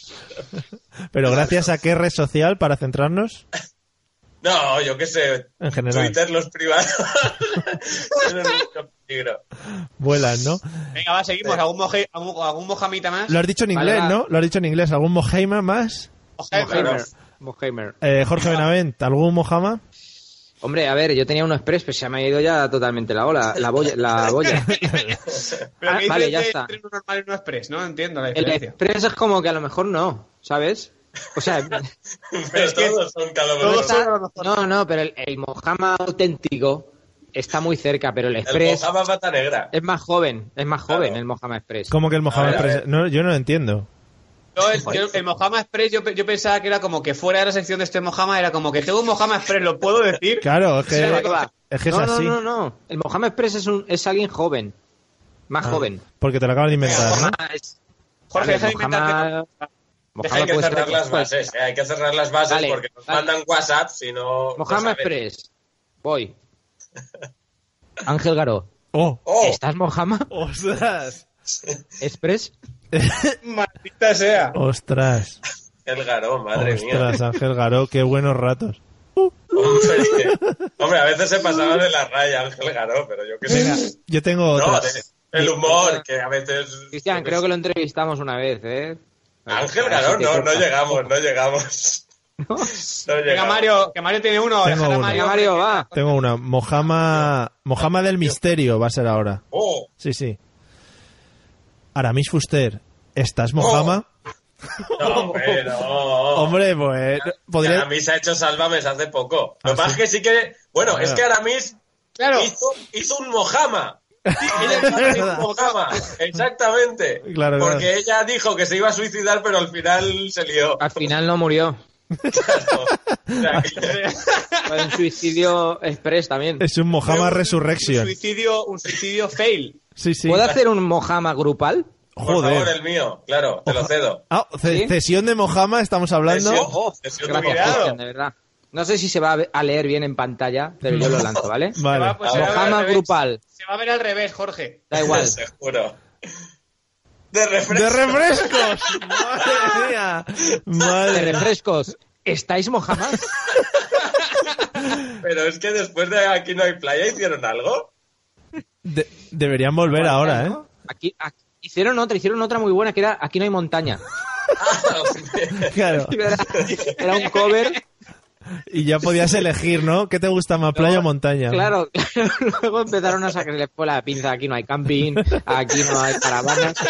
Speaker 2: Pero gracias a qué red social para centrarnos
Speaker 3: No, yo qué sé.
Speaker 2: en general.
Speaker 3: Twitter, los privados. Tienen mucho peligro.
Speaker 2: Vuelas, ¿no?
Speaker 5: Venga, va, seguimos. ¿Algún, moje- algún, algún mojamita más?
Speaker 2: Lo has dicho en
Speaker 7: Vale,
Speaker 2: inglés,
Speaker 7: va.
Speaker 2: ¿no? Lo has dicho en inglés. ¿Algún Mojama más?
Speaker 5: Mojama.
Speaker 7: Mojheimer, Mojheimer.
Speaker 2: Eh, Jorge Benavent, ¿algún Mojama?
Speaker 7: Hombre, a ver, yo tenía uno express, pero se me ha ido ya totalmente la ola, la boya. La boya.
Speaker 5: Pero
Speaker 7: Ah,
Speaker 5: que
Speaker 7: vale,
Speaker 5: dices
Speaker 7: ya
Speaker 5: de
Speaker 7: está.
Speaker 5: entre uno normal y uno express, ¿no? Entiendo la
Speaker 7: El
Speaker 5: diferencia.
Speaker 7: express es como que a lo mejor no, ¿sabes? O sea,
Speaker 3: Pero
Speaker 5: es que-
Speaker 3: todos son cada uno.
Speaker 5: Todos son-
Speaker 7: no, no, pero el, el Mojama auténtico está muy cerca, pero el
Speaker 3: El
Speaker 7: express
Speaker 3: mojama pata negra.
Speaker 7: es más joven, es más joven
Speaker 3: Claro.
Speaker 7: el Mojama express.
Speaker 2: ¿Cómo que el Mojama
Speaker 3: A ver, a
Speaker 2: Express? No, yo no lo entiendo.
Speaker 5: No, el, yo- el Mojama Express, yo, pe- yo pensaba que era como que fuera de la sección de este Mojama, era como que tengo un Mojama Express, ¿lo puedo decir?
Speaker 2: Claro, es
Speaker 7: Sí,
Speaker 2: que,
Speaker 7: que va.
Speaker 2: es, que es
Speaker 7: no,
Speaker 2: así.
Speaker 7: No, no, no. El Mojama Express es, un, es alguien joven. Más
Speaker 2: Ah.
Speaker 7: joven.
Speaker 2: Porque te lo acabas de inventar, ¿no?
Speaker 7: Ah, es-
Speaker 5: Jorge,
Speaker 7: a ver,
Speaker 5: deja de inventarte.
Speaker 7: Mojama-
Speaker 5: Deja
Speaker 7: Mojama
Speaker 3: hay que
Speaker 7: puede ser
Speaker 3: cerrar las
Speaker 7: cual-
Speaker 3: bases, eh, hay que cerrar las bases
Speaker 7: Vale,
Speaker 3: porque nos
Speaker 7: vale.
Speaker 3: mandan WhatsApp si no.
Speaker 7: Mojama
Speaker 3: no saben.
Speaker 7: Express. Voy. Ángel Garó.
Speaker 2: ¡Oh!
Speaker 3: ¡Oh!
Speaker 7: ¿Estás Mojama
Speaker 2: ¡Ostras!
Speaker 7: Express?
Speaker 5: Maldita sea.
Speaker 2: ¡Ostras!
Speaker 3: El garón, oh, madre mía.
Speaker 2: ¡Ostras, Ángel Garó! ¡Qué buenos ratos!
Speaker 3: Hombre, hombre, a veces se pasaba de la raya Ángel Garó, pero yo qué sé.
Speaker 2: Yo tengo
Speaker 3: No,
Speaker 2: otra.
Speaker 3: de- el humor, que a veces.
Speaker 7: Cristian, creo que lo entrevistamos una vez, ¿eh?
Speaker 3: Ángel
Speaker 7: Ahora sí
Speaker 3: Garó,
Speaker 7: te
Speaker 3: no, no
Speaker 7: toca.
Speaker 3: llegamos, no llegamos. No
Speaker 5: Venga,
Speaker 3: llegamos.
Speaker 5: Mario, que Mario tiene uno.
Speaker 2: Tengo
Speaker 5: dejar a
Speaker 2: uno.
Speaker 7: Venga,
Speaker 5: Mario.
Speaker 7: Mario, va.
Speaker 2: Tengo una. Mojama, Mojama del Misterio va a ser ahora.
Speaker 3: ¡Oh!
Speaker 2: Sí, sí. Aramis Fuster, ¿estás Mojama?
Speaker 3: No, hombre, no. oh.
Speaker 2: Hombre, pues podría...
Speaker 3: Aramis ha hecho Sálvames hace poco.
Speaker 2: Ah,
Speaker 3: Lo que pasa
Speaker 2: sí.
Speaker 3: es que sí que. Bueno,
Speaker 2: Ah.
Speaker 3: es que Aramis
Speaker 5: Claro,
Speaker 3: hizo, hizo un Mojama.
Speaker 2: es
Speaker 3: Ella
Speaker 2: verdad.
Speaker 3: hizo un Mojama. Exactamente.
Speaker 2: Claro,
Speaker 3: Porque
Speaker 2: claro.
Speaker 3: ella dijo que se iba a suicidar, pero al final se lió.
Speaker 7: Al final no murió.
Speaker 3: O sea, que-
Speaker 7: Fue un suicidio express también.
Speaker 2: Es un Mojama
Speaker 5: un
Speaker 2: Resurrection.
Speaker 5: suicidio, un suicidio fail.
Speaker 2: Sí, sí.
Speaker 7: ¿Puedo hacer un Mojama grupal?
Speaker 3: Por favor,
Speaker 2: Joder.
Speaker 3: el mío, claro, te lo cedo.
Speaker 2: Ah, ce-
Speaker 7: ¿Sí?
Speaker 2: cesión de Mojama, estamos hablando.
Speaker 3: Cesión- cesión de
Speaker 7: Gracias,
Speaker 3: mirada.
Speaker 7: Cristian, de verdad. No sé si se va a ve- a leer bien en pantalla, pero yo lo lanzo, ¿vale?
Speaker 5: Se
Speaker 2: Vale.
Speaker 5: va, pues, se va a ver al
Speaker 7: Mojama
Speaker 5: revés.
Speaker 7: grupal.
Speaker 5: Se va a ver al revés, Jorge.
Speaker 7: Da igual.
Speaker 3: Seguro. De refresco.
Speaker 2: ¡De refrescos! ¡Madre mía!
Speaker 7: De
Speaker 2: ¡Madre
Speaker 7: refrescos. ¿Estáis Mojama?
Speaker 3: Pero es que después de aquí no hay playa, ¿hicieron algo?
Speaker 2: De- Deberían volver ahora, ¿eh?
Speaker 7: ¿No? Aquí, aquí- hicieron otra, hicieron otra muy buena que era Aquí no hay montaña.
Speaker 3: Ah, hombre.
Speaker 2: Claro.
Speaker 7: Era, era un cover.
Speaker 2: Y ya podías elegir, ¿no? ¿Qué te gusta más, playa o montaña?
Speaker 7: Claro, luego empezaron a sacarle por la pinza. Aquí no hay camping, aquí no hay caravanas.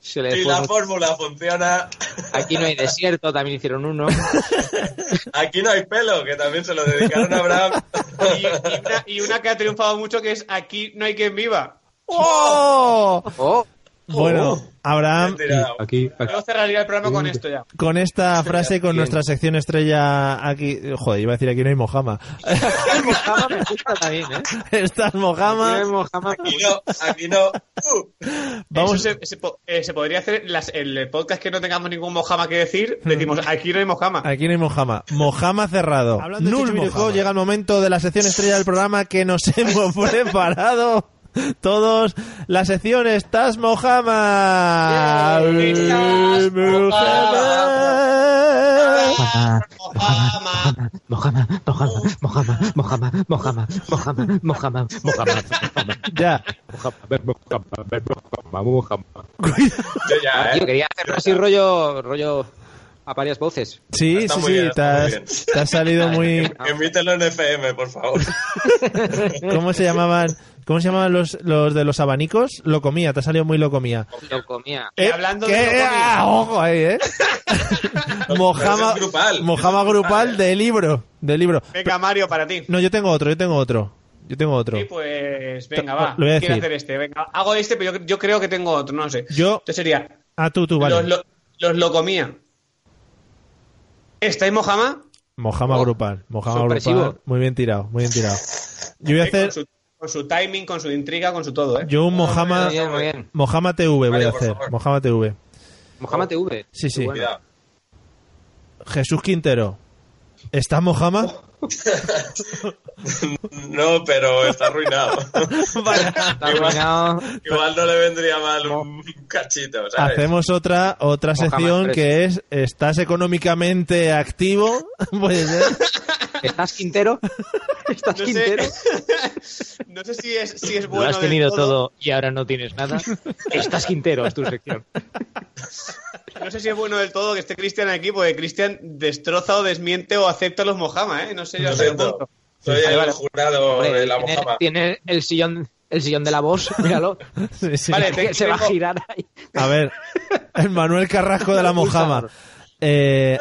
Speaker 7: Se les
Speaker 3: y
Speaker 7: fue
Speaker 2: pues,
Speaker 3: la
Speaker 7: mucho.
Speaker 3: fórmula funciona.
Speaker 7: Aquí no hay desierto, también hicieron uno.
Speaker 3: Aquí no hay pelo, que también se lo dedicaron a Abraham.
Speaker 5: Y, y una, y una que ha triunfado mucho que es aquí no hay quien viva.
Speaker 2: ¡Oh!
Speaker 7: Oh,
Speaker 2: Bueno, Abraham,
Speaker 3: Bien tirado.
Speaker 7: aquí,
Speaker 5: Luego cerraría el programa con esto ya.
Speaker 2: con esta frase, y con
Speaker 7: Bien.
Speaker 2: nuestra sección estrella aquí... Joder, iba a decir aquí no hay Mojama.
Speaker 7: Mojama me gusta también, ¿eh?
Speaker 2: Estás Mojama.
Speaker 7: Aquí no hay Mojama.
Speaker 3: Aquí no, aquí no. Uh,
Speaker 2: Vamos,
Speaker 5: Eso se, se po- eh, se podría hacer las- el podcast que no tengamos ningún Mojama que decir. Decimos, aquí no hay Mojama.
Speaker 2: Aquí no hay Mojama. Mojama cerrado.
Speaker 6: Hablando de
Speaker 2: Null
Speaker 6: Chicho
Speaker 2: Mojama.
Speaker 6: Videojuego,
Speaker 2: Llega el momento de la sección estrella del programa que nos hemos preparado. Todos, la sección Estás Mojama.
Speaker 5: Estás Mojama.
Speaker 2: Mojama.
Speaker 5: Mojama.
Speaker 7: Mojama, Mojama, Mojama, Mojama, Mojama, Mojama, Mojama, Mojama, Mojama.
Speaker 2: Ya.
Speaker 3: Yo ya,
Speaker 7: Tío,
Speaker 3: ¿eh?
Speaker 7: quería hacerlo así rollo, rollo a varias voces.
Speaker 2: Sí,
Speaker 3: Está
Speaker 2: sí,
Speaker 3: muy
Speaker 2: sí.
Speaker 3: bien,
Speaker 2: te,
Speaker 3: está muy
Speaker 2: has,
Speaker 3: bien.
Speaker 2: te has salido muy.
Speaker 3: Emítelo eh. en FM, por favor.
Speaker 2: ¿Cómo se llamaban? ¿Cómo se llamaban los, los de los abanicos? Lo comía, te ha salido muy lo comía.
Speaker 7: Lo comía.
Speaker 5: Y hablando de
Speaker 2: ¿Qué?
Speaker 5: lo comía.
Speaker 2: Ah, Eh, ojo ahí, ¿eh? Mojama,
Speaker 3: Pero es grupal.
Speaker 2: Mojama grupal de libro, de libro.
Speaker 5: Venga, Mario, para ti.
Speaker 2: No, yo tengo otro, yo tengo otro. Yo tengo otro.
Speaker 5: Sí, pues venga,
Speaker 2: Lo-
Speaker 5: va.
Speaker 2: lo voy a
Speaker 5: Quiero
Speaker 2: decir.
Speaker 5: hacer este. Venga, hago este, pero yo, yo creo que tengo otro, no sé.
Speaker 2: Yo-
Speaker 5: Entonces sería
Speaker 2: Ah, tú, tú, vale.
Speaker 5: los, pues, lo- los locomía. ¿Estáis mojama?
Speaker 2: Mojama
Speaker 7: Oh,
Speaker 2: grupal, Mojama
Speaker 7: sorpresivo.
Speaker 2: grupal. Muy bien tirado, muy bien tirado. Yo voy a hacer
Speaker 5: Eh, Con su, con su timing, con su intriga, con su todo, ¿eh?
Speaker 2: yo un Mojama
Speaker 7: Muy bien, muy bien.
Speaker 2: Mojama TV voy
Speaker 3: Vale,
Speaker 2: a
Speaker 3: por
Speaker 2: hacer,
Speaker 3: favor.
Speaker 2: Mojama TV.
Speaker 7: Mojama TV.
Speaker 2: Sí, sí.
Speaker 7: Bueno.
Speaker 3: Cuidado.
Speaker 2: Jesús Quintero. ¿Está Mojama?
Speaker 3: No, pero está arruinado.
Speaker 7: Está arruinado.
Speaker 3: Igual no le vendría mal un cachito, ¿sabes?
Speaker 2: Hacemos otra otra
Speaker 7: Mojama
Speaker 2: sección
Speaker 7: Express.
Speaker 2: que es ¿Estás económicamente activo? Puede ser.
Speaker 7: ¿Estás Quintero? ¿Estás
Speaker 5: No sé,
Speaker 7: Quintero?
Speaker 5: no sé si es, si es
Speaker 7: Lo
Speaker 5: bueno.
Speaker 7: has
Speaker 5: del
Speaker 7: tenido todo y ahora no tienes nada. Estás Quintero, es tu sección.
Speaker 5: No sé si es bueno del todo que esté Cristian aquí, porque Cristian destroza o desmiente o acepta los mojama, ¿eh? No sé yo
Speaker 3: Lo
Speaker 5: hasta qué
Speaker 3: siento.
Speaker 5: punto.
Speaker 3: Soy
Speaker 5: Vale,
Speaker 3: el
Speaker 5: vale.
Speaker 3: jurado
Speaker 7: Ah, Hombre,
Speaker 3: de la
Speaker 7: tiene,
Speaker 3: mojama.
Speaker 7: tiene el sillón, el sillón de la voz, míralo.
Speaker 2: Sí, sí.
Speaker 3: Eh,
Speaker 5: Vale,
Speaker 7: que se va a girar ahí.
Speaker 2: A ver, el Manuel Carrasco de la Mojama. Eh,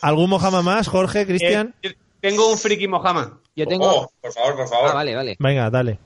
Speaker 2: ¿Algún Mojama más, Jorge, Cristian?
Speaker 5: Eh, tengo un friki mojama.
Speaker 7: Yo tengo.
Speaker 3: Oh, por favor, por favor.
Speaker 7: Ah, vale, vale.
Speaker 2: Venga, dale.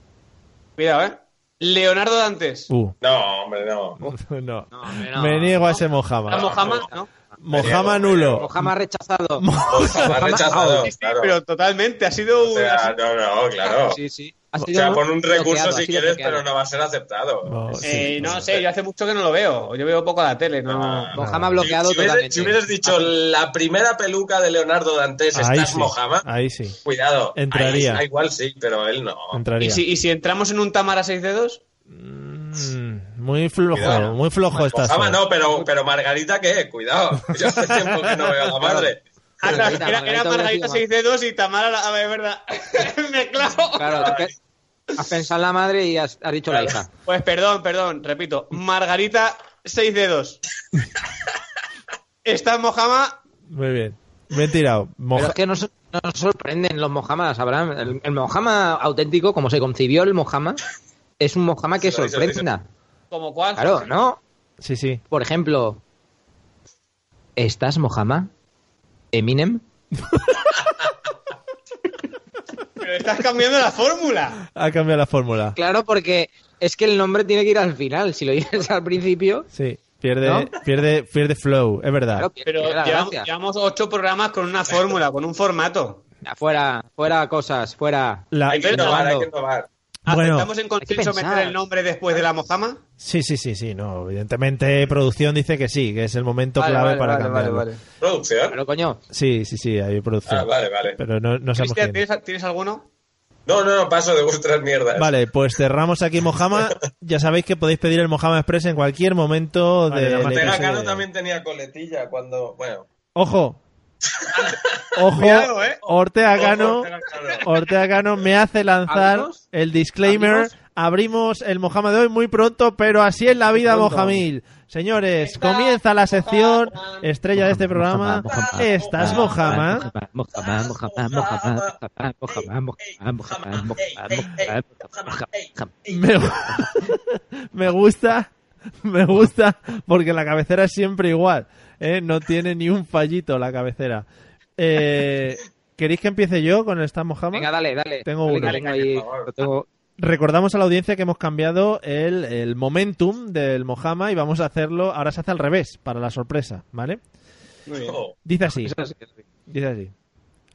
Speaker 5: Cuidado, ¿eh? Leonardo Dantes.
Speaker 2: Uh,
Speaker 3: No, hombre, no.
Speaker 2: no.
Speaker 7: No, hombre, no.
Speaker 2: Me niego a ese
Speaker 5: ¿Está
Speaker 2: Mojama.
Speaker 5: mojama?
Speaker 3: Ah,
Speaker 5: ¿no?
Speaker 2: Mojama
Speaker 3: Me niego,
Speaker 2: nulo.
Speaker 7: Mojama rechazado.
Speaker 3: Mojama rechazado,
Speaker 5: Sí, sí,
Speaker 3: claro.
Speaker 5: pero totalmente. Ha sido
Speaker 3: O
Speaker 5: un...
Speaker 3: sea, no, no, claro.
Speaker 7: Ah, Sí, sí. Ha
Speaker 3: O
Speaker 7: sido
Speaker 3: sea, pon un recurso
Speaker 7: bloqueado, ha
Speaker 3: si
Speaker 7: sido
Speaker 3: quieres,
Speaker 7: bloqueado.
Speaker 3: pero no va a ser aceptado.
Speaker 2: No, Oh, sí.
Speaker 5: Eh, no sé, yo hace mucho que no lo veo. Yo veo poco la tele, no.
Speaker 3: Ah.
Speaker 7: Mojama
Speaker 2: Si-
Speaker 7: bloqueado
Speaker 3: si, hubieras-
Speaker 7: totalmente.
Speaker 3: si hubieras dicho la primera peluca de Leonardo Dantes,
Speaker 2: Ah, Ahí
Speaker 3: ¿estás
Speaker 2: sí.
Speaker 3: Mojama?
Speaker 2: Ahí sí.
Speaker 3: Cuidado.
Speaker 2: Entraría.
Speaker 3: Ahí- igual sí, pero él no.
Speaker 2: Entraría.
Speaker 5: ¿Y si, y si entramos en un Tamara 6 dedos?
Speaker 2: Mm, muy flojo,
Speaker 3: Cuidado.
Speaker 2: muy flojo estás.
Speaker 3: Mojama
Speaker 2: hoy.
Speaker 3: no, pero, pero Margarita, ¿qué? Cuidado. Yo hace tiempo que no veo a la madre.
Speaker 5: Ah, claro,
Speaker 7: Margarita,
Speaker 5: era,
Speaker 7: Margarita
Speaker 5: era
Speaker 7: hubiera
Speaker 5: Margarita
Speaker 7: sido
Speaker 5: 6 dedos y Tamara, la- a ver, es verdad. Me clavo.
Speaker 7: Claro, es que has pensado en la madre y has, has dicho la hija.
Speaker 5: Pues perdón, perdón, repito. Margarita 6 dedos. Está Mojama.
Speaker 2: Muy bien. Bien tirado.
Speaker 7: Pero
Speaker 2: Moja-
Speaker 7: es que nos, nos sorprenden los mojamas, Abraham. El, el mojama auténtico, como se concibió el mojama, es un mojama que
Speaker 3: Sí, lo dice, lo
Speaker 7: sorprenda.
Speaker 5: ¿Como cuál?
Speaker 7: Claro, ¿no?
Speaker 2: Sí, sí.
Speaker 7: Por ejemplo, ¿estás mojama? Eminem.
Speaker 5: Pero estás cambiando la fórmula.
Speaker 2: Ha cambiado la fórmula.
Speaker 7: Claro, porque es que el nombre tiene que ir al final. Si lo dices al principio,
Speaker 2: Sí. Pierde,
Speaker 7: ¿No?
Speaker 2: pierde, pierde flow, es verdad.
Speaker 7: claro,
Speaker 5: Pero
Speaker 7: pierde la
Speaker 5: llevamos,
Speaker 7: gracia.
Speaker 5: llevamos ocho programas con una fórmula, con un formato.
Speaker 7: Fuera, fuera cosas, fuera.
Speaker 2: La-
Speaker 3: Hay que innovar, hay que innovar.
Speaker 2: Bueno.
Speaker 5: ¿Aceptamos en consenso
Speaker 7: pensar.
Speaker 5: meter el nombre después de la Mojama?
Speaker 2: Sí, sí, sí, sí. No, evidentemente producción dice que sí, que es el momento
Speaker 7: Vale,
Speaker 2: clave
Speaker 7: vale,
Speaker 2: para
Speaker 7: vale,
Speaker 2: cambiarlo.
Speaker 7: vale, vale.
Speaker 3: ¿Producción?
Speaker 7: Claro, coño.
Speaker 2: Sí, sí, sí, hay producción.
Speaker 3: Ah, vale, vale.
Speaker 2: Pero no, no sabemos
Speaker 5: Cristian,
Speaker 2: quién.
Speaker 5: ¿tienes, ¿tienes alguno?
Speaker 3: No, no, no, paso de vuestras mierdas.
Speaker 2: Vale, pues cerramos aquí Mojama. Ya sabéis que podéis pedir el Mojama Express en cualquier momento de,
Speaker 5: Vale,
Speaker 2: del
Speaker 5: la
Speaker 3: Ortega
Speaker 5: manteca
Speaker 2: episodio
Speaker 3: Cano
Speaker 2: de-
Speaker 3: también tenía coletilla cuando. Bueno.
Speaker 2: Ojo. Ojo.
Speaker 5: Cuidado, ¿eh?
Speaker 2: Ortega Cano.
Speaker 3: Oh, Ortega Cano.
Speaker 2: Ortega Cano me hace lanzar
Speaker 7: ¿Abrimos?
Speaker 2: el disclaimer. Abrimos
Speaker 7: ¿Abrimos?
Speaker 2: el Mojama de hoy muy pronto, pero así es la vida
Speaker 7: Pronto.
Speaker 2: Mojamil. Señores, comienza la sección estrella de este programa.
Speaker 7: Mojama, Mojama.
Speaker 2: ¿Estás Mojama?
Speaker 7: Mojama, Mojama, Mojama, Mojama, Mojama, Mojama, Mojama, Mojama, Mojama.
Speaker 2: Me, gu- me gusta, me gusta, porque la cabecera es siempre igual. ¿eh? No tiene ni un fallito la cabecera. Eh, ¿Queréis que empiece yo con el Estás Mojama?
Speaker 7: Venga, dale, dale.
Speaker 2: Tengo
Speaker 7: Dale,
Speaker 2: uno.
Speaker 7: que tengo ahí-
Speaker 3: Por favor.
Speaker 7: lo tengo-
Speaker 2: Recordamos a la audiencia que hemos cambiado el, el momentum del Mojama y vamos a hacerlo. Ahora se hace al revés, para la sorpresa, ¿vale?
Speaker 5: Muy bien.
Speaker 3: Oh,
Speaker 2: Dice así,
Speaker 7: eso sí, eso sí.
Speaker 2: dice así.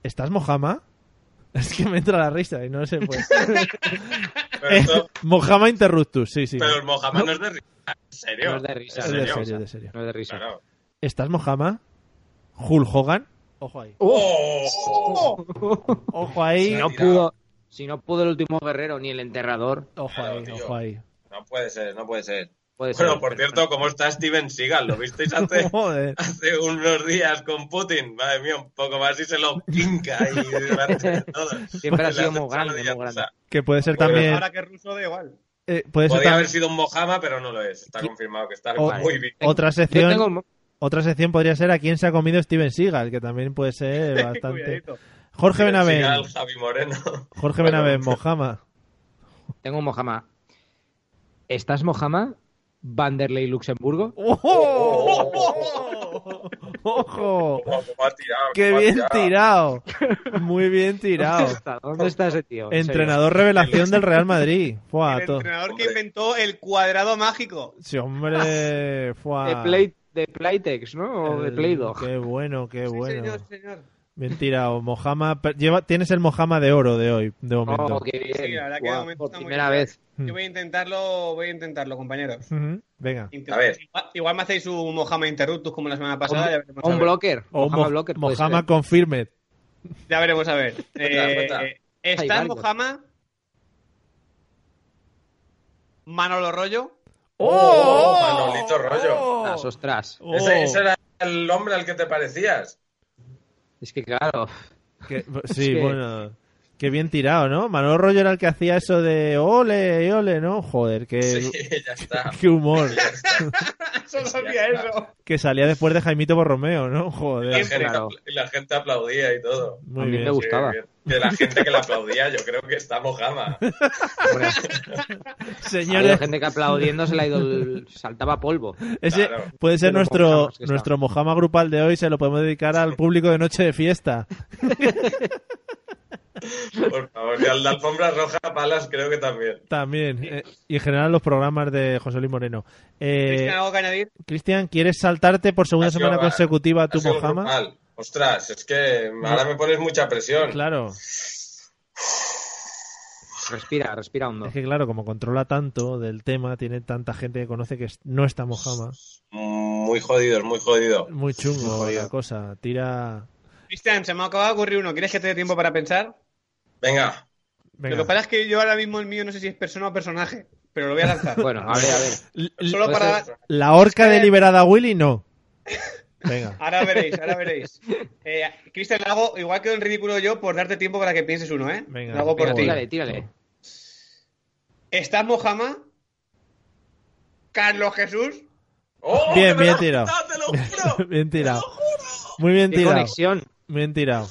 Speaker 2: ¿Estás Mojama? Es que me entra la risa y no sé pues. Eh,
Speaker 3: pero, esto-
Speaker 2: Mojama interruptus, sí, sí.
Speaker 3: pero el Mojama no es de risa. ¿En serio?
Speaker 7: No es de risa,
Speaker 2: Es
Speaker 3: ¿En
Speaker 7: no
Speaker 2: de
Speaker 3: serio?
Speaker 2: serio, es de serio.
Speaker 7: No es de risa.
Speaker 3: Claro.
Speaker 2: ¿Estás Mojama? ¿Hulk Hogan? Ojo ahí.
Speaker 3: Oh.
Speaker 2: Ojo ahí.
Speaker 7: Si no pudo, si no pudo el último guerrero ni el enterrador,
Speaker 2: Ojo ahí,
Speaker 3: Claro, tío.
Speaker 2: ojo ahí.
Speaker 3: No puede ser, no puede ser.
Speaker 7: Puede ser.
Speaker 3: Bueno, por cierto, ¿cómo está Steven Seagal? ¿Lo visteis hace,
Speaker 2: Joder.
Speaker 3: hace unos días con Putin? Madre mía, un poco más y se lo pinca y delante de todos.
Speaker 7: Siempre ha
Speaker 3: Le
Speaker 7: sido
Speaker 3: hace
Speaker 7: muy grande,
Speaker 3: saludar.
Speaker 7: muy grande.
Speaker 2: Que puede ser
Speaker 3: Bueno,
Speaker 2: también.
Speaker 5: Ahora que es ruso, da igual.
Speaker 2: eh, puede ser
Speaker 3: Podría
Speaker 2: tam-
Speaker 3: haber sido un Mojama, pero no lo es. Está confirmado que está
Speaker 2: O-
Speaker 3: muy bien.
Speaker 2: otra
Speaker 7: Yo
Speaker 2: sección.
Speaker 7: tengo un-
Speaker 2: Otra sección podría ser a quién se ha comido Steven Seagal, que también puede ser bastante.
Speaker 5: Cuidadito.
Speaker 2: Jorge
Speaker 3: Seagal,
Speaker 2: Benavent.
Speaker 3: Javi Moreno.
Speaker 2: Jorge Benavent, Mojama.
Speaker 7: Tengo un Mojama. ¿Estás Mojama? Vanderlei Luxemburgo.
Speaker 2: ¡Ojo! ¡Ojo!
Speaker 3: Guau, cómo ha tirado,
Speaker 2: ¡Qué
Speaker 3: cómo ha
Speaker 2: bien tirado! Muy bien tirado.
Speaker 7: ¿Dónde está, ¿Dónde está ese tío? En serio.
Speaker 2: Entrenador revelación del Real Madrid. Fua,
Speaker 5: El
Speaker 2: to-
Speaker 5: entrenador que
Speaker 3: Hombre.
Speaker 5: inventó el cuadrado mágico.
Speaker 2: Sí, hombre. Fua.
Speaker 7: De, Play, de Playtex, ¿no? O de
Speaker 2: El-
Speaker 7: Play-Doh.
Speaker 2: Qué bueno, qué
Speaker 5: Sí,
Speaker 2: bueno.
Speaker 5: señor, señor.
Speaker 2: Bien tirado. Mojama. per- Lleva, tienes el Mojama de oro de hoy, de momento.
Speaker 7: Oh, qué bien.
Speaker 5: Sí, la verdad que de
Speaker 7: Guau,
Speaker 5: momento
Speaker 7: por
Speaker 5: está muy
Speaker 7: primera
Speaker 5: bien.
Speaker 7: vez.
Speaker 2: Mm.
Speaker 5: Yo voy a intentarlo, voy a intentarlo, compañeros.
Speaker 2: Ujú, Venga.
Speaker 5: Inter-
Speaker 3: A ver.
Speaker 5: Igual, igual me hacéis un Mojama Interruptus como la semana pasada. ya veremos
Speaker 7: O
Speaker 5: a
Speaker 7: un
Speaker 5: ver.
Speaker 7: blocker.
Speaker 2: O
Speaker 7: Mojama
Speaker 2: Mo-
Speaker 7: blocker. pues, eh, puede ser.
Speaker 2: Mojama confirmed.
Speaker 5: Ya veremos a ver. Eh,
Speaker 3: cuenta.
Speaker 5: ¿Está
Speaker 7: Hay
Speaker 5: en
Speaker 7: varios.
Speaker 5: Mojama? Manolo Rollo.
Speaker 3: ¡Oh! Manolito Rollo.
Speaker 7: Ah, ostras.
Speaker 2: Oh.
Speaker 3: Ese, ese era el hombre al que te parecías.
Speaker 7: Es que claro.
Speaker 2: Que- sí,
Speaker 7: que-
Speaker 2: bueno. Qué bien tirado, ¿no? Manolo Rollo era el que hacía eso de ole, y ole, ¿no? Joder, qué,
Speaker 3: Sí, ya está.
Speaker 2: qué humor.
Speaker 5: Solo sabía eso.
Speaker 2: que salía después de Jaimito Borromeo, ¿no?
Speaker 3: Y la,
Speaker 2: Joder.
Speaker 3: gente,
Speaker 7: claro.
Speaker 3: y la gente aplaudía y todo.
Speaker 2: Muy
Speaker 7: a mí
Speaker 2: bien.
Speaker 7: me gustaba.
Speaker 3: Sí, bien. De la gente que la aplaudía, yo creo que está Mojama.
Speaker 7: Hombre, ha habido
Speaker 2: Señores,
Speaker 7: gente que aplaudiendo se le ha ido el- saltaba polvo.
Speaker 2: ese
Speaker 3: Claro.
Speaker 2: puede ser
Speaker 7: De los
Speaker 2: nuestro,
Speaker 7: mojamas que está.
Speaker 2: nuestro mojama grupal de hoy, se lo podemos dedicar al público de noche de fiesta.
Speaker 3: Por favor, y al de alfombra roja, palas, creo que también.
Speaker 2: También. eh, y en general los programas de José Luis Moreno.
Speaker 5: ¿Tienes
Speaker 2: Eh,
Speaker 5: algo que añadir?
Speaker 2: Cristian, ¿quieres saltarte por segunda
Speaker 3: Ha sido
Speaker 2: semana
Speaker 3: va-
Speaker 2: consecutiva
Speaker 3: Ha
Speaker 2: tu
Speaker 3: sido
Speaker 2: mojama?
Speaker 3: brutal. Ostras, es que ahora me pones mucha presión.
Speaker 2: Claro.
Speaker 7: Respira, respira hondo.
Speaker 2: Es que claro, como controla tanto del tema, tiene tanta gente que conoce que es- no está mojama.
Speaker 3: Muy jodido, es muy jodido.
Speaker 2: Muy chungo la cosa. Tira...
Speaker 5: Cristian, se me acaba de ocurrir uno. ¿Quieres que te dé tiempo para pensar?
Speaker 3: Venga,
Speaker 2: Venga.
Speaker 5: Lo que pasa es que yo ahora mismo el mío no sé si es persona o personaje, pero lo voy a lanzar.
Speaker 7: Bueno, a ver, a ver.
Speaker 5: Solo
Speaker 7: puede
Speaker 5: para.
Speaker 2: La horca deliberada Willy, no. Venga.
Speaker 5: Ahora veréis, ahora veréis. Eh, Cristian, lo hago igual que un ridículo yo por darte tiempo para que pienses uno, ¿eh?
Speaker 2: Venga,
Speaker 5: lo hago por
Speaker 7: Venga,
Speaker 5: ti.
Speaker 7: tírale, tírale.
Speaker 5: ¿Estás Mojama? ¿Carlos Jesús?
Speaker 3: ¡Oh,
Speaker 2: Bien,
Speaker 3: que me
Speaker 2: bien
Speaker 3: lo-
Speaker 2: tirado.
Speaker 3: ¡Te lo juro!
Speaker 2: Bien tirado. Muy bien
Speaker 7: Qué
Speaker 2: tirado.
Speaker 7: conexión.
Speaker 2: Bien tirado.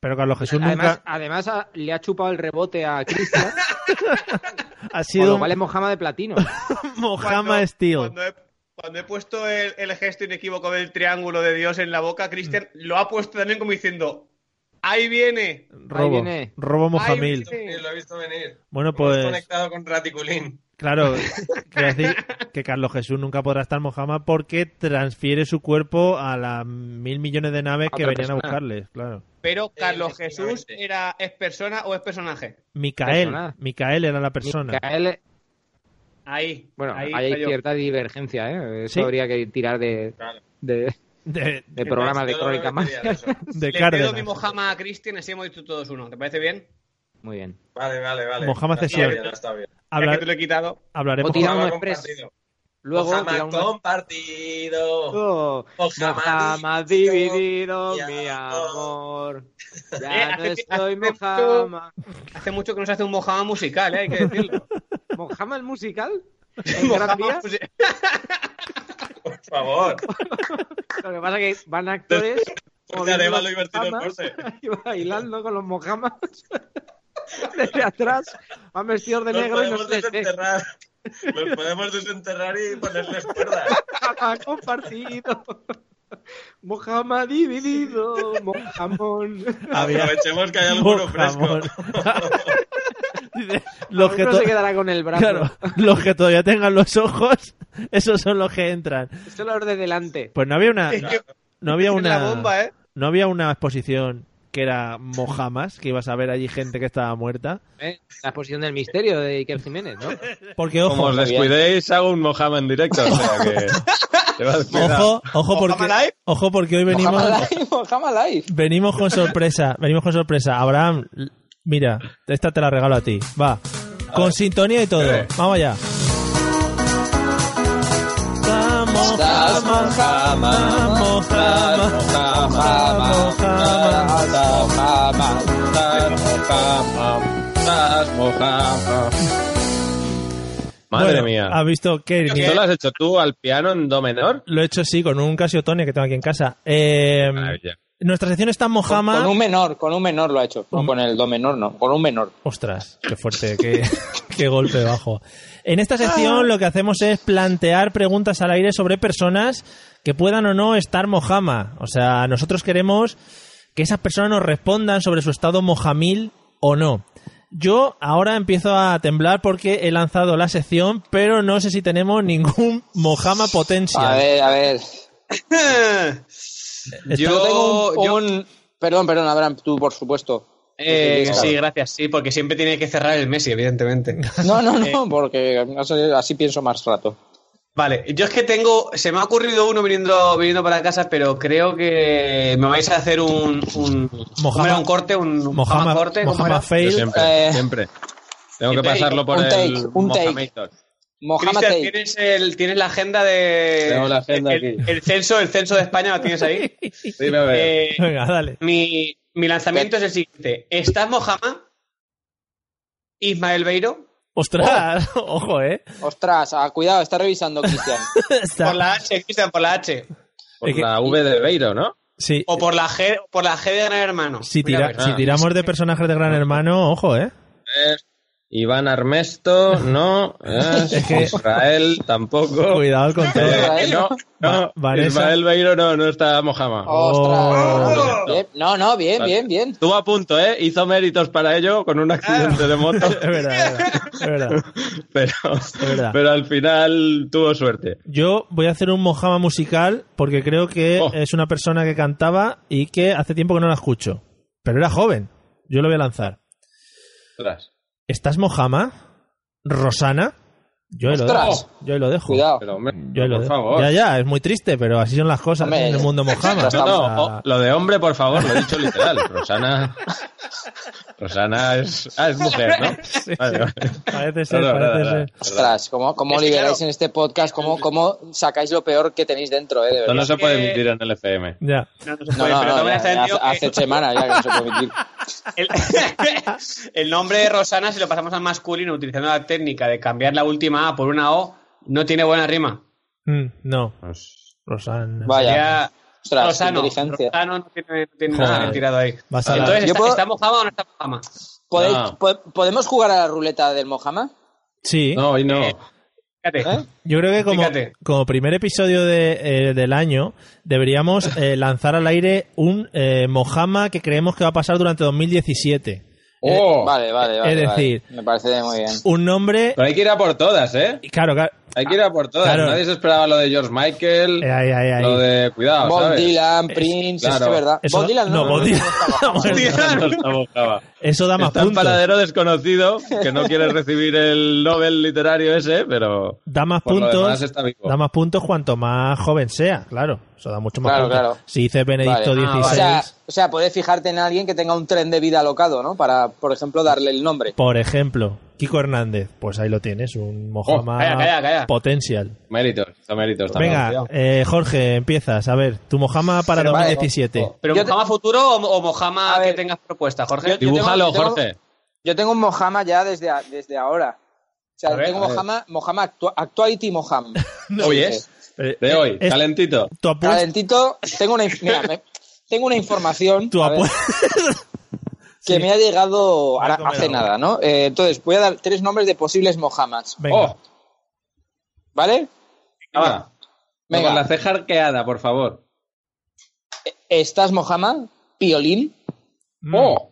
Speaker 2: Pero Carlos Jesús
Speaker 7: Además,
Speaker 2: nunca
Speaker 7: además a- le ha chupado el rebote a Cristian.
Speaker 2: ha
Speaker 7: Con
Speaker 2: sido
Speaker 7: lo
Speaker 2: un
Speaker 7: cual es Mojama de platino.
Speaker 2: Mojama Steel.
Speaker 5: Cuando he, cuando he puesto el, el gesto inequívoco del triángulo de Dios en la boca, Cristian
Speaker 2: Mm.
Speaker 5: lo ha puesto también como diciendo: ¡Ahí viene!
Speaker 2: Robo.
Speaker 7: viene.
Speaker 2: Robo Mojamil.
Speaker 5: viene.
Speaker 3: Sí, lo he visto venir.
Speaker 2: Bueno,
Speaker 3: Me he
Speaker 2: pues
Speaker 3: conectado con Raticulín.
Speaker 2: claro, quiero decir que Carlos Jesús nunca podrá estar Mojama porque transfiere su cuerpo a las mil millones de naves
Speaker 7: A
Speaker 2: que
Speaker 7: otra
Speaker 2: venían a
Speaker 7: persona.
Speaker 2: buscarle, claro.
Speaker 5: Pero Carlos
Speaker 3: efectivamente.
Speaker 5: Jesús era, es persona o es personaje.
Speaker 2: Micael,
Speaker 7: Persona.
Speaker 2: Micael era la persona.
Speaker 7: Micael-
Speaker 5: Ahí.
Speaker 7: bueno,
Speaker 5: ahí
Speaker 7: ahí hay
Speaker 5: falló.
Speaker 7: cierta divergencia, ¿eh? Eso
Speaker 2: Sí.
Speaker 7: habría que tirar de,
Speaker 3: Claro.
Speaker 7: de,
Speaker 2: De,
Speaker 7: de programa de
Speaker 3: Yo no me
Speaker 7: crónica
Speaker 3: metería en
Speaker 7: mágica.
Speaker 3: eso.
Speaker 2: de
Speaker 5: Le
Speaker 2: Cárdenas.
Speaker 5: pido mi mojama a Cristian, así hemos dicho todos uno. ¿Te parece bien?
Speaker 7: Muy bien.
Speaker 3: Vale, vale, vale.
Speaker 2: Mojama
Speaker 3: Ya está
Speaker 2: Cesión.
Speaker 3: bien, ya está bien.
Speaker 2: Habla-
Speaker 5: Ya que te lo he quitado.
Speaker 2: hablaremos.
Speaker 7: O tira- Tiramos
Speaker 3: Mojama
Speaker 7: express.
Speaker 3: compartido.
Speaker 7: Luego,
Speaker 3: Mojama
Speaker 7: tira una-
Speaker 3: compartido.
Speaker 7: Oh,
Speaker 3: Mojama
Speaker 7: Mojama dividido,
Speaker 3: dividido,
Speaker 7: mi
Speaker 3: mi
Speaker 7: amor.
Speaker 5: Eh,
Speaker 7: Ya no
Speaker 5: hace-
Speaker 7: estoy
Speaker 5: hace mucho-
Speaker 7: Mojama.
Speaker 5: Hace mucho que no se hace un mojama musical, ¿eh? hay que decirlo.
Speaker 7: ¿Mojama el musical? ¿En Gran Vía?
Speaker 5: Mojama musi-
Speaker 3: Por favor.
Speaker 7: Lo que pasa es que van actores
Speaker 3: Porque Arevalo y Bertino
Speaker 7: mojamas
Speaker 3: Corse.
Speaker 7: y bailando con los mojamas desde atrás. Van vestidos de
Speaker 3: Los
Speaker 7: negro y no
Speaker 3: podemos
Speaker 7: se les ve.
Speaker 3: desenterrar. Los podemos desenterrar y ponerles cuerdas.
Speaker 7: Mojama compartido. Mojama dividido, mojamón.
Speaker 2: Había-
Speaker 3: Aprovechemos que hay alguno fresco.
Speaker 2: Mojamón. Dice, los que
Speaker 7: Alguno
Speaker 2: to-
Speaker 7: se quedará con el brazo.
Speaker 2: Claro, los que todavía tengan los ojos, esos son los que entran.
Speaker 7: Solo los de delante.
Speaker 2: Pues no había una,
Speaker 5: Es que-
Speaker 2: no había
Speaker 5: es
Speaker 2: una,
Speaker 5: la bomba, ¿eh?
Speaker 2: no había una exposición que era mojamas, que ibas a ver allí gente que estaba muerta.
Speaker 7: ¿eh? La exposición del misterio de Iker Jiménez, ¿no?
Speaker 2: Porque
Speaker 6: Como
Speaker 2: ojo,
Speaker 6: os descuidéis, hago un Mojama en directo. O sea que. llevad cuidado.
Speaker 2: ojo, ojo porque,
Speaker 5: Mojama Live.
Speaker 2: ojo porque hoy venimos,
Speaker 4: Mojama Live, Mojama Live.
Speaker 2: venimos con sorpresa, venimos con sorpresa. Abraham, l- mira, esta te la regalo a ti. Va, con sintonía y todo.
Speaker 6: Eh.
Speaker 2: Vamos allá.
Speaker 4: Mohamas, Mohamas, Mohamas, Mohamas,
Speaker 3: Mohamas,
Speaker 4: Mohamas,
Speaker 3: Mohamas. Madre
Speaker 2: Bueno,
Speaker 3: mía.
Speaker 2: ¿Has visto que
Speaker 3: ¿Esto lo has hecho tú al piano en do menor?
Speaker 2: Lo he hecho sí, con un Casiotone que tengo aquí en casa. Eh,
Speaker 3: Maravilla.
Speaker 2: nuestra sección está en
Speaker 4: Con,
Speaker 2: Mojama.
Speaker 4: con un menor, con un menor lo ha hecho. No con el do menor, no, con un menor.
Speaker 2: Ostras, qué fuerte, qué, qué golpe bajo. En esta sección lo que hacemos es plantear preguntas al aire sobre personas que puedan o no estar mojama. O sea, nosotros queremos que esas personas nos respondan sobre su estado mojamil o no. Yo ahora empiezo a temblar porque he lanzado la sección, pero no sé si tenemos ningún mojama
Speaker 4: A
Speaker 2: potencia.
Speaker 4: ver, a ver.
Speaker 5: Yo-
Speaker 4: Yo tengo
Speaker 5: yo-
Speaker 4: un... un- Perdón, perdón, Abraham, tú por supuesto.
Speaker 5: Eh,
Speaker 4: Claro.
Speaker 5: sí, gracias, sí, porque siempre tiene que cerrar el Messi, evidentemente.
Speaker 4: No, no, no, porque no sé, así pienso más rato.
Speaker 5: Vale, yo es que tengo, se me ha ocurrido uno viniendo, viniendo para casa, pero creo que me vais a hacer un, un,
Speaker 2: Mojama-
Speaker 5: ¿cómo era? un corte, un un
Speaker 2: Mojama,
Speaker 5: corte, ¿cómo
Speaker 2: mojama
Speaker 5: era?
Speaker 3: Yo
Speaker 2: fail.
Speaker 3: siempre,
Speaker 4: eh,
Speaker 3: siempre. Tengo que
Speaker 5: siempre
Speaker 3: pasarlo por
Speaker 4: un take,
Speaker 3: el
Speaker 4: un take.
Speaker 3: Mojamator.
Speaker 4: Mohamed
Speaker 5: Cristian,
Speaker 4: Tate.
Speaker 5: ¿tienes, el- tienes la agenda de
Speaker 3: Tengo la agenda
Speaker 5: el,
Speaker 3: aquí.
Speaker 5: el censo, el censo de España, ¿lo tienes ahí?
Speaker 3: Sí, me veo.
Speaker 5: Eh,
Speaker 2: Venga, dale.
Speaker 5: mi, mi lanzamiento es el siguiente. ¿Estás Mojama? Ismael Beiro.
Speaker 2: Ostras, ojo, eh.
Speaker 4: Ostras, ah, cuidado, está revisando Cristian.
Speaker 5: Por la H, Cristian, por la H.
Speaker 3: Por
Speaker 2: es que-
Speaker 3: la V de Beiro, ¿no?
Speaker 2: Sí,
Speaker 5: O por la G, o por la G de Gran Hermano.
Speaker 2: si,
Speaker 5: Mira,
Speaker 2: tira-
Speaker 5: a ver.
Speaker 2: si tiramos de personajes de Gran Hermano, ojo, eh.
Speaker 3: Es Iván Armesto, no. Es
Speaker 2: Es que-
Speaker 3: Israel tampoco.
Speaker 2: Cuidado con todo.
Speaker 3: Eh,
Speaker 4: Israel.
Speaker 3: no, no,
Speaker 2: Va- Vanessa.
Speaker 3: Ismael Beiro no, no está Mojama.
Speaker 2: Oh.
Speaker 3: ¡Oh!
Speaker 4: Ostras. Bien, No, no, bien,
Speaker 3: Vale.
Speaker 4: bien, bien.
Speaker 3: Estuvo a punto, ¿eh? Hizo méritos para ello con un accidente de moto,
Speaker 2: Es verdad, es verdad, es verdad.
Speaker 3: pero,
Speaker 2: Ah. verdad.
Speaker 3: pero al final tuvo suerte.
Speaker 2: Yo voy a hacer un mojama musical porque creo que
Speaker 3: Oh.
Speaker 2: es una persona que cantaba y que hace tiempo que no la escucho. Pero era joven. Yo lo voy a lanzar.
Speaker 3: Ostras.
Speaker 2: ¿Estás mojama? ¿Rosana? Yo ahí lo dejo.
Speaker 4: Ostras.
Speaker 2: Yo ahí lo dejo.
Speaker 4: Cuidado.
Speaker 3: Pero, hombre,
Speaker 2: Yo ahí lo
Speaker 3: por
Speaker 2: dejo.
Speaker 3: favor.
Speaker 2: Ya, ya, es muy triste, pero así son las cosas
Speaker 4: Hombre,
Speaker 2: en el mundo mojama.
Speaker 4: ya
Speaker 3: No,
Speaker 4: está.
Speaker 2: O
Speaker 3: no,
Speaker 2: sea,
Speaker 3: o- lo de hombre, por favor, lo he dicho literal. Rosana. Rosana es. Ah, es mujer, ¿no? Vale, vale.
Speaker 2: Parece ser,
Speaker 3: No, no, no,
Speaker 2: parece
Speaker 3: no, no.
Speaker 2: ser.
Speaker 4: Ostras, ¿cómo, cómo liberáis en este podcast? ¿Cómo, ¿Cómo sacáis lo peor que tenéis dentro, eh? De
Speaker 3: Esto
Speaker 4: verdad.
Speaker 3: no se puede emitir en el FM.
Speaker 2: Ya.
Speaker 5: No, no se
Speaker 4: No,
Speaker 5: puede,
Speaker 4: no,
Speaker 5: pero
Speaker 4: no,
Speaker 5: toma
Speaker 4: ya-
Speaker 5: en este
Speaker 4: ya hace,
Speaker 5: sentido que
Speaker 4: hace semanas ya que no se puede emitir.
Speaker 5: el, el nombre de Rosana, si lo pasamos al masculino utilizando la técnica de cambiar la última A por una O, no tiene buena rima.
Speaker 2: Mm, no,
Speaker 3: Pues,
Speaker 2: Rosana.
Speaker 4: Vaya.
Speaker 5: Ya,
Speaker 4: Ostras, qué
Speaker 5: Rosano,
Speaker 4: inteligencia.
Speaker 5: Rosano no tiene, no tiene
Speaker 2: Joder.
Speaker 5: nada bien tirado ahí.
Speaker 2: Vas a la-
Speaker 5: Entonces,
Speaker 4: Yo
Speaker 5: ¿está,
Speaker 4: puedo-
Speaker 5: está mojama o no está mojama?
Speaker 4: ¿Podéis-
Speaker 3: No.
Speaker 4: po- ¿Podemos jugar a la ruleta del Mojama?
Speaker 2: Sí.
Speaker 3: No, hoy no.
Speaker 5: Fíjate.
Speaker 4: ¿Eh?
Speaker 2: Yo creo que como,
Speaker 5: Fíjate.
Speaker 2: como primer episodio de, eh, del año deberíamos eh, lanzar al aire un eh, Mojama que creemos que va a pasar durante 2017.
Speaker 3: Oh,
Speaker 4: Vale, vale, vale.
Speaker 2: es
Speaker 4: vale.
Speaker 2: decir-
Speaker 4: Me parece muy bien.
Speaker 2: Un nombre...
Speaker 3: Pero hay que ir a por todas, ¿eh?
Speaker 2: y Claro, claro.
Speaker 3: Hay que ir a por todas.
Speaker 2: Claro.
Speaker 3: Nadie se esperaba lo de George Michael,
Speaker 2: eh, ahí, ahí, ahí.
Speaker 3: lo de cuidado,
Speaker 4: Bob
Speaker 3: ¿sabes?
Speaker 4: Dylan, Prince,
Speaker 3: claro.
Speaker 4: es que verdad.
Speaker 2: Eso-
Speaker 4: Bob Dylan no.
Speaker 2: no, Bob Dylan.
Speaker 3: No está mojama.
Speaker 2: Eso da más
Speaker 3: Está en
Speaker 2: puntos.
Speaker 3: paradero desconocido, que no quiere recibir el Nobel literario ese, pero
Speaker 2: Da más
Speaker 3: por lo
Speaker 2: puntos.
Speaker 3: demás está vivo.
Speaker 2: Da más puntos cuanto más joven sea, claro. Eso da mucho más
Speaker 4: Claro,
Speaker 2: puntos.
Speaker 4: claro.
Speaker 2: Si dice Benedicto
Speaker 4: Vale. O
Speaker 5: Ah,
Speaker 2: 16,
Speaker 4: sea, o sea, puedes fijarte en alguien que tenga un tren de vida alocado, ¿no? Para, por ejemplo, darle el nombre.
Speaker 2: por ejemplo, Kiko Hernández, pues ahí lo tienes, un
Speaker 3: Oh,
Speaker 2: Mojama
Speaker 5: calla, calla, calla.
Speaker 2: potencial.
Speaker 3: Méritos, está méritos también.
Speaker 2: Venga, eh, Jorge, empiezas. A ver, tu Mojama para
Speaker 4: Pero vale.
Speaker 2: 2017.
Speaker 5: ¿Pero
Speaker 4: Yo te-
Speaker 5: mojama futuro o, o mojama
Speaker 4: A
Speaker 5: que
Speaker 4: ver.
Speaker 5: tengas propuesta, Jorge?
Speaker 4: Yo- yo
Speaker 3: Dibújalo,
Speaker 4: tengo- yo tengo-
Speaker 3: Jorge.
Speaker 4: Yo tengo un Mojama ya desde, a- desde ahora. O sea,
Speaker 5: A ver,
Speaker 4: tengo
Speaker 5: a ver.
Speaker 4: Mojama, Mojama actua- Actuality Mojam.
Speaker 3: Hoy es,
Speaker 2: Eh,
Speaker 3: de hoy,
Speaker 2: es-
Speaker 3: calentito.
Speaker 2: tu apuesta-
Speaker 4: Calentito, tengo una, inf- mira, me- tengo una información
Speaker 2: Tu
Speaker 4: a ver,
Speaker 2: apuesta.
Speaker 4: que me ha llegado
Speaker 2: Voy
Speaker 4: ahora-
Speaker 2: a comer
Speaker 4: hace
Speaker 2: algo.
Speaker 4: nada, ¿no? Eh, entonces, voy a dar tres nombres de posibles Mojamas,
Speaker 2: Venga.
Speaker 3: Oh,
Speaker 4: ¿vale?
Speaker 5: Ah,
Speaker 3: ahora.
Speaker 4: Venga.
Speaker 3: Con la ceja arqueada, por favor.
Speaker 4: Estás Mojama, Piolín.
Speaker 2: Mm.
Speaker 3: Oh,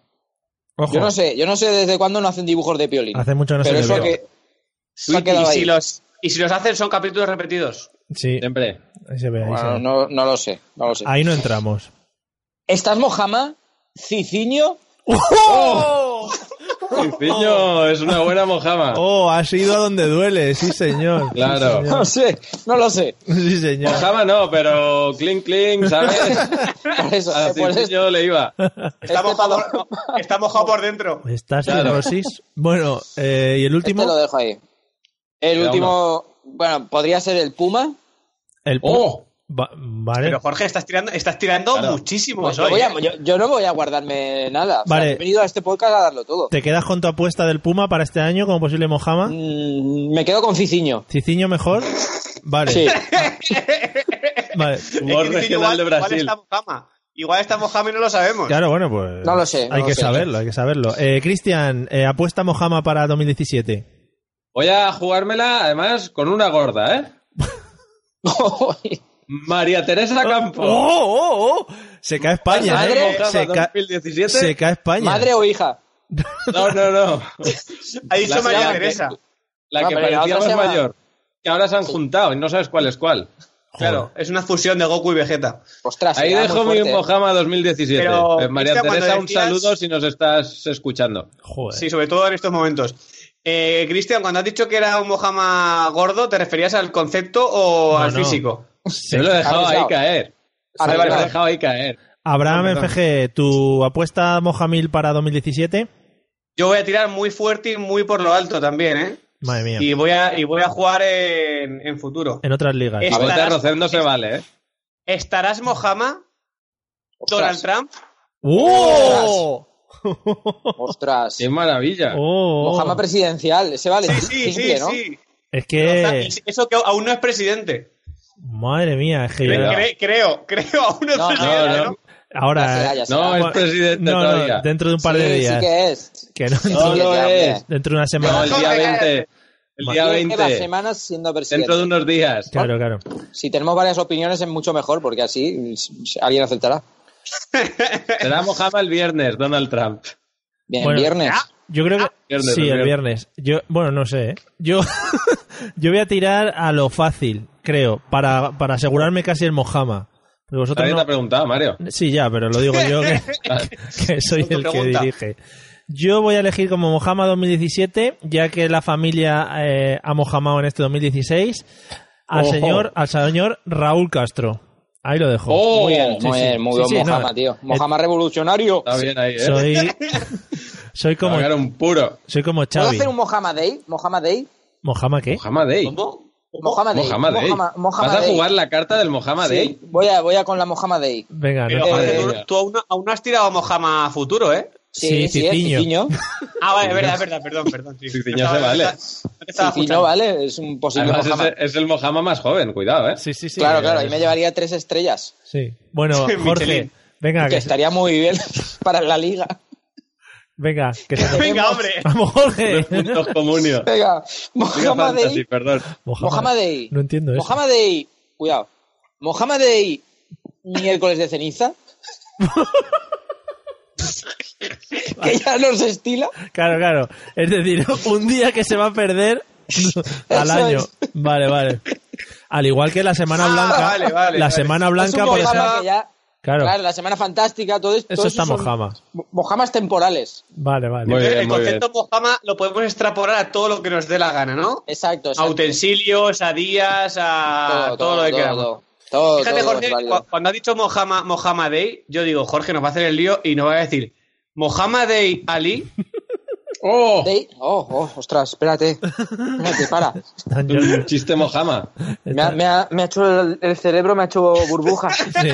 Speaker 2: Ojo.
Speaker 4: Yo no sé, yo no sé desde cuándo no hacen dibujos de Piolín.
Speaker 2: Hace mucho no se
Speaker 4: pero
Speaker 2: le
Speaker 4: eso
Speaker 2: veo.
Speaker 4: que
Speaker 5: Y-
Speaker 4: se ha quedado
Speaker 5: y, si
Speaker 4: ahí.
Speaker 5: los, y si los hacen son capítulos repetidos.
Speaker 2: Sí,
Speaker 3: siempre.
Speaker 2: ahí se ve. Ahí, se
Speaker 4: Bueno,
Speaker 2: ve.
Speaker 4: no, no lo sé, no lo sé.
Speaker 2: Ahí no entramos.
Speaker 4: ¿Estás Mojama, Ciciño?
Speaker 2: ¡Oh!
Speaker 4: Oh,
Speaker 3: Piño, es una buena mojama.
Speaker 2: Oh, has ido a donde duele, sí señor.
Speaker 3: Claro.
Speaker 4: No lo sé, no lo sé.
Speaker 2: Sí señor.
Speaker 3: Mojama no, pero clink clink, ¿sabes?
Speaker 4: Por eso,
Speaker 6: Ah,
Speaker 3: A
Speaker 4: Eh, por eso-
Speaker 3: Ah, yo le iba.
Speaker 4: este
Speaker 5: Está mojado,
Speaker 4: te lo-
Speaker 5: está mojado por dentro.
Speaker 2: ¿Estás
Speaker 3: Claro.
Speaker 2: cirrosis? Bueno, eh, y el último.
Speaker 4: este lo dejo ahí. El
Speaker 3: Queda
Speaker 4: último, bueno, podría ser el Puma,
Speaker 2: El pu-
Speaker 3: Oh,
Speaker 2: Va- vale.
Speaker 5: Pero Jorge, estás tirando, estás tirando
Speaker 6: Claro.
Speaker 5: muchísimo.
Speaker 4: Pues yo,
Speaker 5: hoy,
Speaker 4: voy a-
Speaker 5: ¿eh?
Speaker 4: yo- yo no voy a guardarme nada. O sea,
Speaker 2: Vale.
Speaker 4: he venido a este podcast a darlo todo.
Speaker 2: ¿Te quedas con tu apuesta del Puma para este año como posible Mojama?
Speaker 4: Mm, me quedo con Ciciño.
Speaker 2: ¿Ciciño mejor? Vale.
Speaker 4: Sí.
Speaker 2: Vale.
Speaker 6: Humor
Speaker 5: Es que
Speaker 6: regional de Brasil.
Speaker 5: Igual está Mojama. Igual está Mojama y no lo sabemos.
Speaker 2: Claro, bueno, pues.
Speaker 4: No lo sé, no
Speaker 2: hay
Speaker 4: lo
Speaker 2: que
Speaker 4: sé.
Speaker 2: saberlo, hay que saberlo. Eh, Cristian, eh, apuesta Mojama para 2017.
Speaker 6: Voy a jugármela, además, con una gorda, ¿eh? María Teresa Campos.
Speaker 2: ¡Oh, oh, oh! Se cae España,
Speaker 4: Madre,
Speaker 2: ¿eh? Se, ca-
Speaker 6: 2017.
Speaker 2: se cae España.
Speaker 4: ¿Madre o hija?
Speaker 6: No, no, no.
Speaker 5: Ha dicho
Speaker 6: La
Speaker 5: María
Speaker 6: señora
Speaker 5: Teresa.
Speaker 6: La
Speaker 4: No,
Speaker 6: que
Speaker 4: pero la
Speaker 6: parecía
Speaker 4: otra
Speaker 6: más
Speaker 4: se llama-
Speaker 6: mayor. Que ahora se han juntado y no sabes cuál es cuál.
Speaker 5: Claro, es una fusión de Goku y Vegeta.
Speaker 4: Ostras,
Speaker 6: Ahí
Speaker 4: era muy
Speaker 6: dejo mi
Speaker 4: fuerte, ¿eh?
Speaker 6: Mojama 2017.
Speaker 5: Pero,
Speaker 6: Eh, María
Speaker 5: Cristian,
Speaker 6: Teresa,
Speaker 5: cuando
Speaker 6: un
Speaker 5: decías-
Speaker 6: saludo si nos estás escuchando.
Speaker 2: Joder.
Speaker 5: Sí, sobre todo en estos momentos. Eh, Cristian, cuando has dicho que era un Mojama gordo, ¿te referías al concepto o
Speaker 2: No,
Speaker 5: al
Speaker 2: no.
Speaker 5: físico?
Speaker 2: Sí.
Speaker 6: Yo lo he dejado
Speaker 4: Arriesgado.
Speaker 6: ahí caer. Vale,
Speaker 4: Arriesgado.
Speaker 6: vale, lo he dejado ahí caer.
Speaker 2: Abraham
Speaker 5: Perdón.
Speaker 2: FG, ¿tu apuesta Mojamil para 2017?
Speaker 5: Yo voy a tirar muy fuerte y muy por lo alto también, ¿eh?
Speaker 2: Madre mía.
Speaker 5: Y voy a, y voy a jugar en, en futuro.
Speaker 2: En otras ligas.
Speaker 4: Eh,
Speaker 5: Es-
Speaker 6: A Bota
Speaker 5: Estarás-
Speaker 6: Rocel no se vale, ¿eh?
Speaker 5: ¿Estarás Mojama, Donald
Speaker 4: Ostras,
Speaker 5: Trump?
Speaker 2: ¡Oh!
Speaker 4: Ostras.
Speaker 6: ¡Qué maravilla!
Speaker 2: Oh, oh.
Speaker 4: Mojama presidencial. Ese vale.
Speaker 5: Sí, sí, sí,
Speaker 4: simple, ¿no?
Speaker 5: sí.
Speaker 2: Es
Speaker 6: Eh.
Speaker 5: Está-
Speaker 2: que.
Speaker 5: y Eso que aún no es presidente.
Speaker 2: Madre mía, es que. yo-
Speaker 6: Venga.
Speaker 5: Cre- creo, creo, aún no es
Speaker 4: No,
Speaker 5: presidente,
Speaker 6: no, no.
Speaker 5: ¿no?
Speaker 4: Ya
Speaker 2: Ahora.
Speaker 4: será, ya será.
Speaker 6: No, es
Speaker 2: Bueno,
Speaker 6: presidente
Speaker 2: No, no,
Speaker 6: todavía.
Speaker 2: dentro de Ah, un par
Speaker 4: Sí,
Speaker 2: de días.
Speaker 4: Sí que es.
Speaker 2: que no,
Speaker 6: No
Speaker 4: Sí,
Speaker 6: lo
Speaker 4: ya, hombre.
Speaker 6: es.
Speaker 2: dentro de una
Speaker 6: No,
Speaker 2: semana.
Speaker 6: el día
Speaker 5: Jorge,
Speaker 6: 20. El día
Speaker 4: Lleva
Speaker 6: 20.
Speaker 4: semanas siendo presidente.
Speaker 6: Dentro de unos días.
Speaker 2: Claro, claro.
Speaker 4: Si tenemos varias opiniones es mucho mejor porque así mm, alguien aceptará.
Speaker 6: Será Mojama el viernes, Donald Trump.
Speaker 4: Bien,
Speaker 2: Bueno.
Speaker 4: viernes.
Speaker 2: Yo creo que.
Speaker 4: Ah.
Speaker 6: Viernes,
Speaker 2: sí,
Speaker 6: el
Speaker 2: el viernes. Yo, bueno, no sé. ¿eh? Yo, yo voy a tirar a lo fácil, creo, para, para asegurarme casi el Mojama. Porque vosotros
Speaker 6: Nadie
Speaker 2: no-
Speaker 6: te ha preguntado, Mario.
Speaker 2: Sí, ya, pero lo digo yo que, que soy
Speaker 5: Otra
Speaker 2: el que
Speaker 5: pregunta.
Speaker 2: dirige. Yo voy a elegir como Mojama 2017, ya que la familia eh, ha mojamado en este 2016, al
Speaker 4: Ojo.
Speaker 2: señor, al señor Raúl Castro. Ahí lo dejo.
Speaker 6: Oh,
Speaker 4: Muy bien,
Speaker 6: sí,
Speaker 4: muy
Speaker 6: sí.
Speaker 4: bien, muy
Speaker 2: Sí,
Speaker 4: buen
Speaker 2: sí,
Speaker 4: Mojama,
Speaker 2: no.
Speaker 4: tío. Mojama revolucionario.
Speaker 6: Está bien ahí, ¿eh?
Speaker 2: Soy, soy como,
Speaker 6: Pagar un puro.
Speaker 2: soy como
Speaker 4: ¿Puedo
Speaker 2: Xavi.
Speaker 4: hacer un Mojama Day? ¿Mojama Day?
Speaker 2: ¿Mojama qué?
Speaker 6: Mojama Day.
Speaker 5: ¿Cómo?
Speaker 4: Mojama Day.
Speaker 6: Mojama Day.
Speaker 4: Mojama- Mojama
Speaker 6: ¿Vas a
Speaker 4: Day.
Speaker 6: jugar la carta del Mojama
Speaker 4: Sí,
Speaker 6: Day?
Speaker 4: Voy a, voy a con la Mojama Day.
Speaker 2: Venga,
Speaker 5: Pero,
Speaker 2: no te-
Speaker 4: eh,
Speaker 5: Jorge,
Speaker 6: Madre
Speaker 5: Eh, tú, tú aún, no- aún no has tirado a Mojama a futuro, ¿eh?
Speaker 2: Sí,
Speaker 4: Sí, sí,
Speaker 2: Ciciño.
Speaker 4: es Ciciño.
Speaker 5: Ah, vale, es verdad, es verdad, perdón, perdón. Sí,
Speaker 6: Sí, sí,
Speaker 5: No
Speaker 6: ya
Speaker 5: estaba-
Speaker 6: se vale.
Speaker 5: no te- no te estaba
Speaker 4: Ciciño,
Speaker 5: escuchando.
Speaker 4: ¿vale? Es un posible
Speaker 6: Además,
Speaker 4: Mojama.
Speaker 6: es, es el Mojama más joven, cuidado, ¿eh?
Speaker 2: Sí, sí, sí.
Speaker 4: claro,
Speaker 2: Eh,
Speaker 4: claro, ahí me llevaría tres estrellas.
Speaker 2: Sí. Bueno, Jorge,
Speaker 5: Michelin.
Speaker 2: venga,
Speaker 4: que
Speaker 2: Ah, que,
Speaker 4: estaría muy bien para la liga.
Speaker 2: venga, que se-
Speaker 5: Venga, hombre.
Speaker 2: Vamos, Jorge.
Speaker 6: Puntos comunio.
Speaker 4: Venga,
Speaker 6: Digo
Speaker 4: Mojama
Speaker 6: fantasy,
Speaker 4: Day.
Speaker 6: perdón.
Speaker 4: Mojama Day.
Speaker 2: No entiendo eso.
Speaker 4: Mojama Day. Cuidado. Mojama Day. Miércoles de ceniza. que ya nos estila.
Speaker 2: Claro, claro. Es decir, un día que se va a perder al
Speaker 4: Eso
Speaker 2: año.
Speaker 4: es.
Speaker 2: Vale, vale. Al igual que la Semana
Speaker 5: Ah,
Speaker 2: Blanca.
Speaker 5: vale, vale,
Speaker 2: la
Speaker 5: vale.
Speaker 2: Semana
Speaker 4: es un
Speaker 2: Blanca, por
Speaker 5: Mojama.
Speaker 2: ejemplo.
Speaker 4: programa que ya.
Speaker 2: Claro.
Speaker 4: Claro, la semana fantástica, todo esto.
Speaker 2: Eso está
Speaker 4: son
Speaker 2: Mojama.
Speaker 4: mo- Mojamas temporales.
Speaker 2: Vale, vale.
Speaker 6: Muy bien,
Speaker 5: el
Speaker 6: muy
Speaker 5: concepto Mojama lo podemos extrapolar a todo lo que nos dé la gana, ¿no?
Speaker 4: Exacto,
Speaker 5: A
Speaker 4: exacto.
Speaker 5: utensilios, a días, a ah, todo, lo que queramos.
Speaker 4: Todo, todo,
Speaker 5: Fíjate,
Speaker 4: todo
Speaker 5: Jorge,
Speaker 4: es válido.
Speaker 5: cu- cuando ha dicho Mojama, Mojama Day, yo digo, Jorge nos va a hacer el lío y nos va a decir, Mojama Day Ali,
Speaker 6: ¡Oh!
Speaker 4: Day- Oh, oh, ostras, espérate. Espérate, para.
Speaker 2: Tan
Speaker 6: Un
Speaker 2: yo-
Speaker 6: chiste Mojama.
Speaker 4: Me ha, me ha- me ha hecho el, el cerebro, me ha hecho burbuja.
Speaker 2: Sí.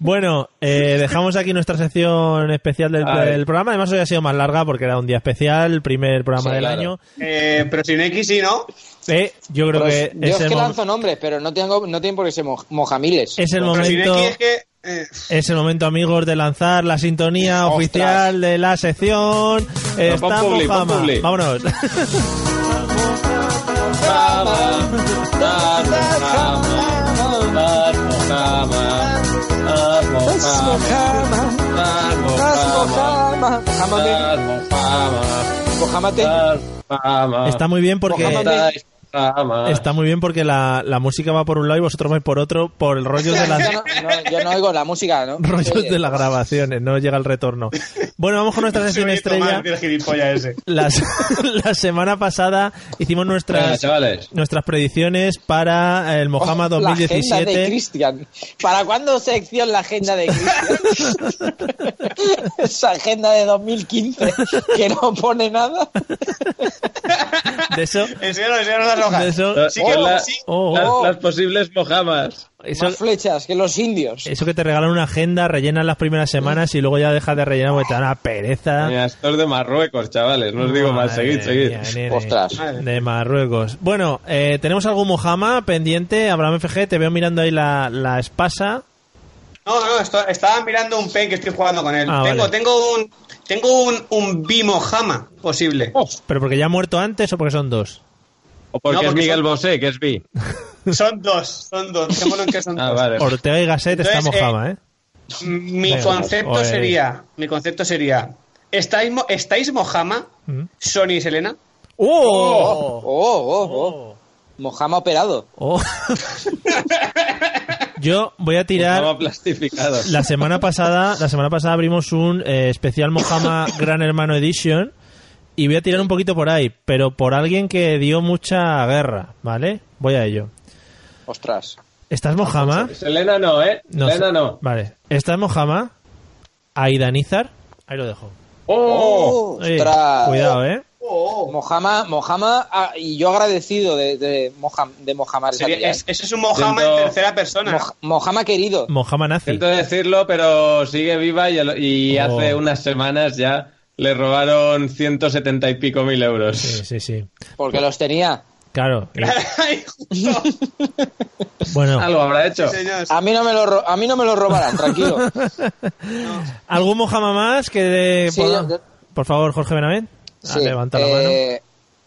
Speaker 2: Bueno, eh, dejamos aquí nuestra sección especial del,
Speaker 6: A ver.
Speaker 2: del programa. Además, hoy ha sido más larga porque era un día especial, primer programa
Speaker 4: Sí,
Speaker 2: del
Speaker 6: claro.
Speaker 2: año.
Speaker 5: eh, pero sin X sí, ¿no?
Speaker 2: Eh, yo creo
Speaker 4: Pues,
Speaker 2: que
Speaker 4: yo
Speaker 2: es
Speaker 4: es
Speaker 2: el,
Speaker 4: que
Speaker 2: mom- Eh.
Speaker 4: lanzo nombres, pero no tengo, no tienen por qué ser moj- mojamiles.
Speaker 2: es el
Speaker 5: Pero sin
Speaker 2: momento.
Speaker 5: X es que... eh,
Speaker 2: Es el momento, amigos, de lanzar la sintonía
Speaker 4: Ostras.
Speaker 2: oficial de la sección.
Speaker 6: pon
Speaker 2: Está
Speaker 6: publi, pon
Speaker 2: Mojama.
Speaker 6: publi.
Speaker 2: Vámonos.
Speaker 4: Mojámate.
Speaker 5: Ah.
Speaker 2: Está muy bien porque
Speaker 4: Mojama.
Speaker 2: está muy bien porque la, la música va por un lado y vosotros vais por otro por el rollo de
Speaker 4: Yo
Speaker 2: las
Speaker 4: no, no, yo no oigo la música, ¿no?
Speaker 2: rollos
Speaker 4: Oye,
Speaker 2: de las grabaciones, no llega el retorno. Bueno, vamos con nuestra sección
Speaker 5: Benito
Speaker 2: estrella.
Speaker 5: Márquez, gilipollas ese.
Speaker 2: La, la semana pasada hicimos nuestras
Speaker 6: chavales.
Speaker 2: nuestras predicciones para el Mojama
Speaker 4: La agenda de
Speaker 2: 2017.
Speaker 4: Cristian. ¿Para cuándo sección la agenda de Cristian? Esa agenda de 2015 que no pone nada.
Speaker 2: De eso
Speaker 5: Enséñanos, enséñanos las hojas.
Speaker 2: de eso
Speaker 5: Sí que-
Speaker 6: Hola.
Speaker 5: sí.
Speaker 2: oh, oh.
Speaker 6: Las, las posibles mojamas.
Speaker 2: Eso,
Speaker 4: Más flechas que los indios.
Speaker 2: eso que te regalan una agenda, rellenan las primeras semanas y luego ya dejas de rellenar porque te da una pereza.
Speaker 3: Mira, esto es de Marruecos, chavales. No os digo más.
Speaker 2: Ah. Madre
Speaker 3: Seguid, seguid.
Speaker 2: mía, nene.
Speaker 4: Ostras.
Speaker 2: De Marruecos. Bueno, eh, tenemos algún Mojama pendiente. Abraham FG, te veo mirando ahí la, la espasa.
Speaker 5: No, no, esto- estaba mirando un pen que estoy jugando con él.
Speaker 2: Ah,
Speaker 5: tengo,
Speaker 2: vale.
Speaker 5: tengo un tengo un, un Bimojama posible.
Speaker 3: Oh.
Speaker 2: ¿Pero porque ya ha muerto antes o porque son dos?
Speaker 3: O porque,
Speaker 5: No,
Speaker 3: es
Speaker 5: porque
Speaker 3: Miguel
Speaker 5: son-
Speaker 3: Bosé, que es bi.
Speaker 5: Son dos, son dos. Dejémoslo en que son
Speaker 3: Ah,
Speaker 5: dos.
Speaker 3: vale.
Speaker 2: Ortega y Gasset está
Speaker 5: Entonces, eh,
Speaker 2: Mojama, ¿eh?
Speaker 5: Mi
Speaker 2: Venga, pues,
Speaker 5: concepto
Speaker 2: joder.
Speaker 5: sería, mi concepto sería, ¿estáis, mo- estáis Mojama,
Speaker 2: ¿Mm?
Speaker 5: Sony y Selena?
Speaker 4: Oh,
Speaker 2: ¡Oh!
Speaker 4: oh, oh. Mojama operado.
Speaker 2: Oh. Yo voy a tirar.
Speaker 3: Estamos plastificados.
Speaker 2: La semana pasada, la semana pasada abrimos un eh, especial Mojama Gran Hermano Edition y voy a tirar un poquito por ahí, pero por alguien que dio mucha guerra, ¿vale? Voy a ello.
Speaker 4: Ostras.
Speaker 2: ¿Estás Mojama?
Speaker 3: Selena no, ¿eh? Selena
Speaker 2: sé.
Speaker 3: no.
Speaker 2: Vale. ¿Estás Mojama? Aidanizar. Ahí lo dejo.
Speaker 3: ¡Oh!
Speaker 2: Oye,
Speaker 4: Ostras.
Speaker 2: cuidado, ¿eh?
Speaker 4: Mojama, Mojama, ah, y yo agradecido de, de, Moja- de Mojama.
Speaker 5: Sería-
Speaker 4: Rizabilla,
Speaker 5: es-
Speaker 4: ¿eh?
Speaker 5: ese es un Mojama
Speaker 3: Siento-
Speaker 5: en tercera persona.
Speaker 4: Moj- Mojama querido.
Speaker 2: Mojama nazi.
Speaker 3: Siento decirlo, pero sigue viva y, al- y
Speaker 2: Oh.
Speaker 3: hace unas semanas ya le robaron 170 y pico mil euros.
Speaker 2: Sí, sí, sí.
Speaker 4: Porque los tenía.
Speaker 2: Claro.
Speaker 5: Ay, justo,
Speaker 2: Bueno,
Speaker 3: Algo habrá hecho.
Speaker 5: señor.
Speaker 4: A mí no me lo, ro- a mí no me lo robarán, tranquilo.
Speaker 2: Ah, ¿algún Mojama más que de-
Speaker 4: Sí,
Speaker 2: por,
Speaker 4: yo-
Speaker 2: por favor, Jorge Benavent? Ah,
Speaker 4: Sí,
Speaker 2: levanta la mano.
Speaker 4: eh,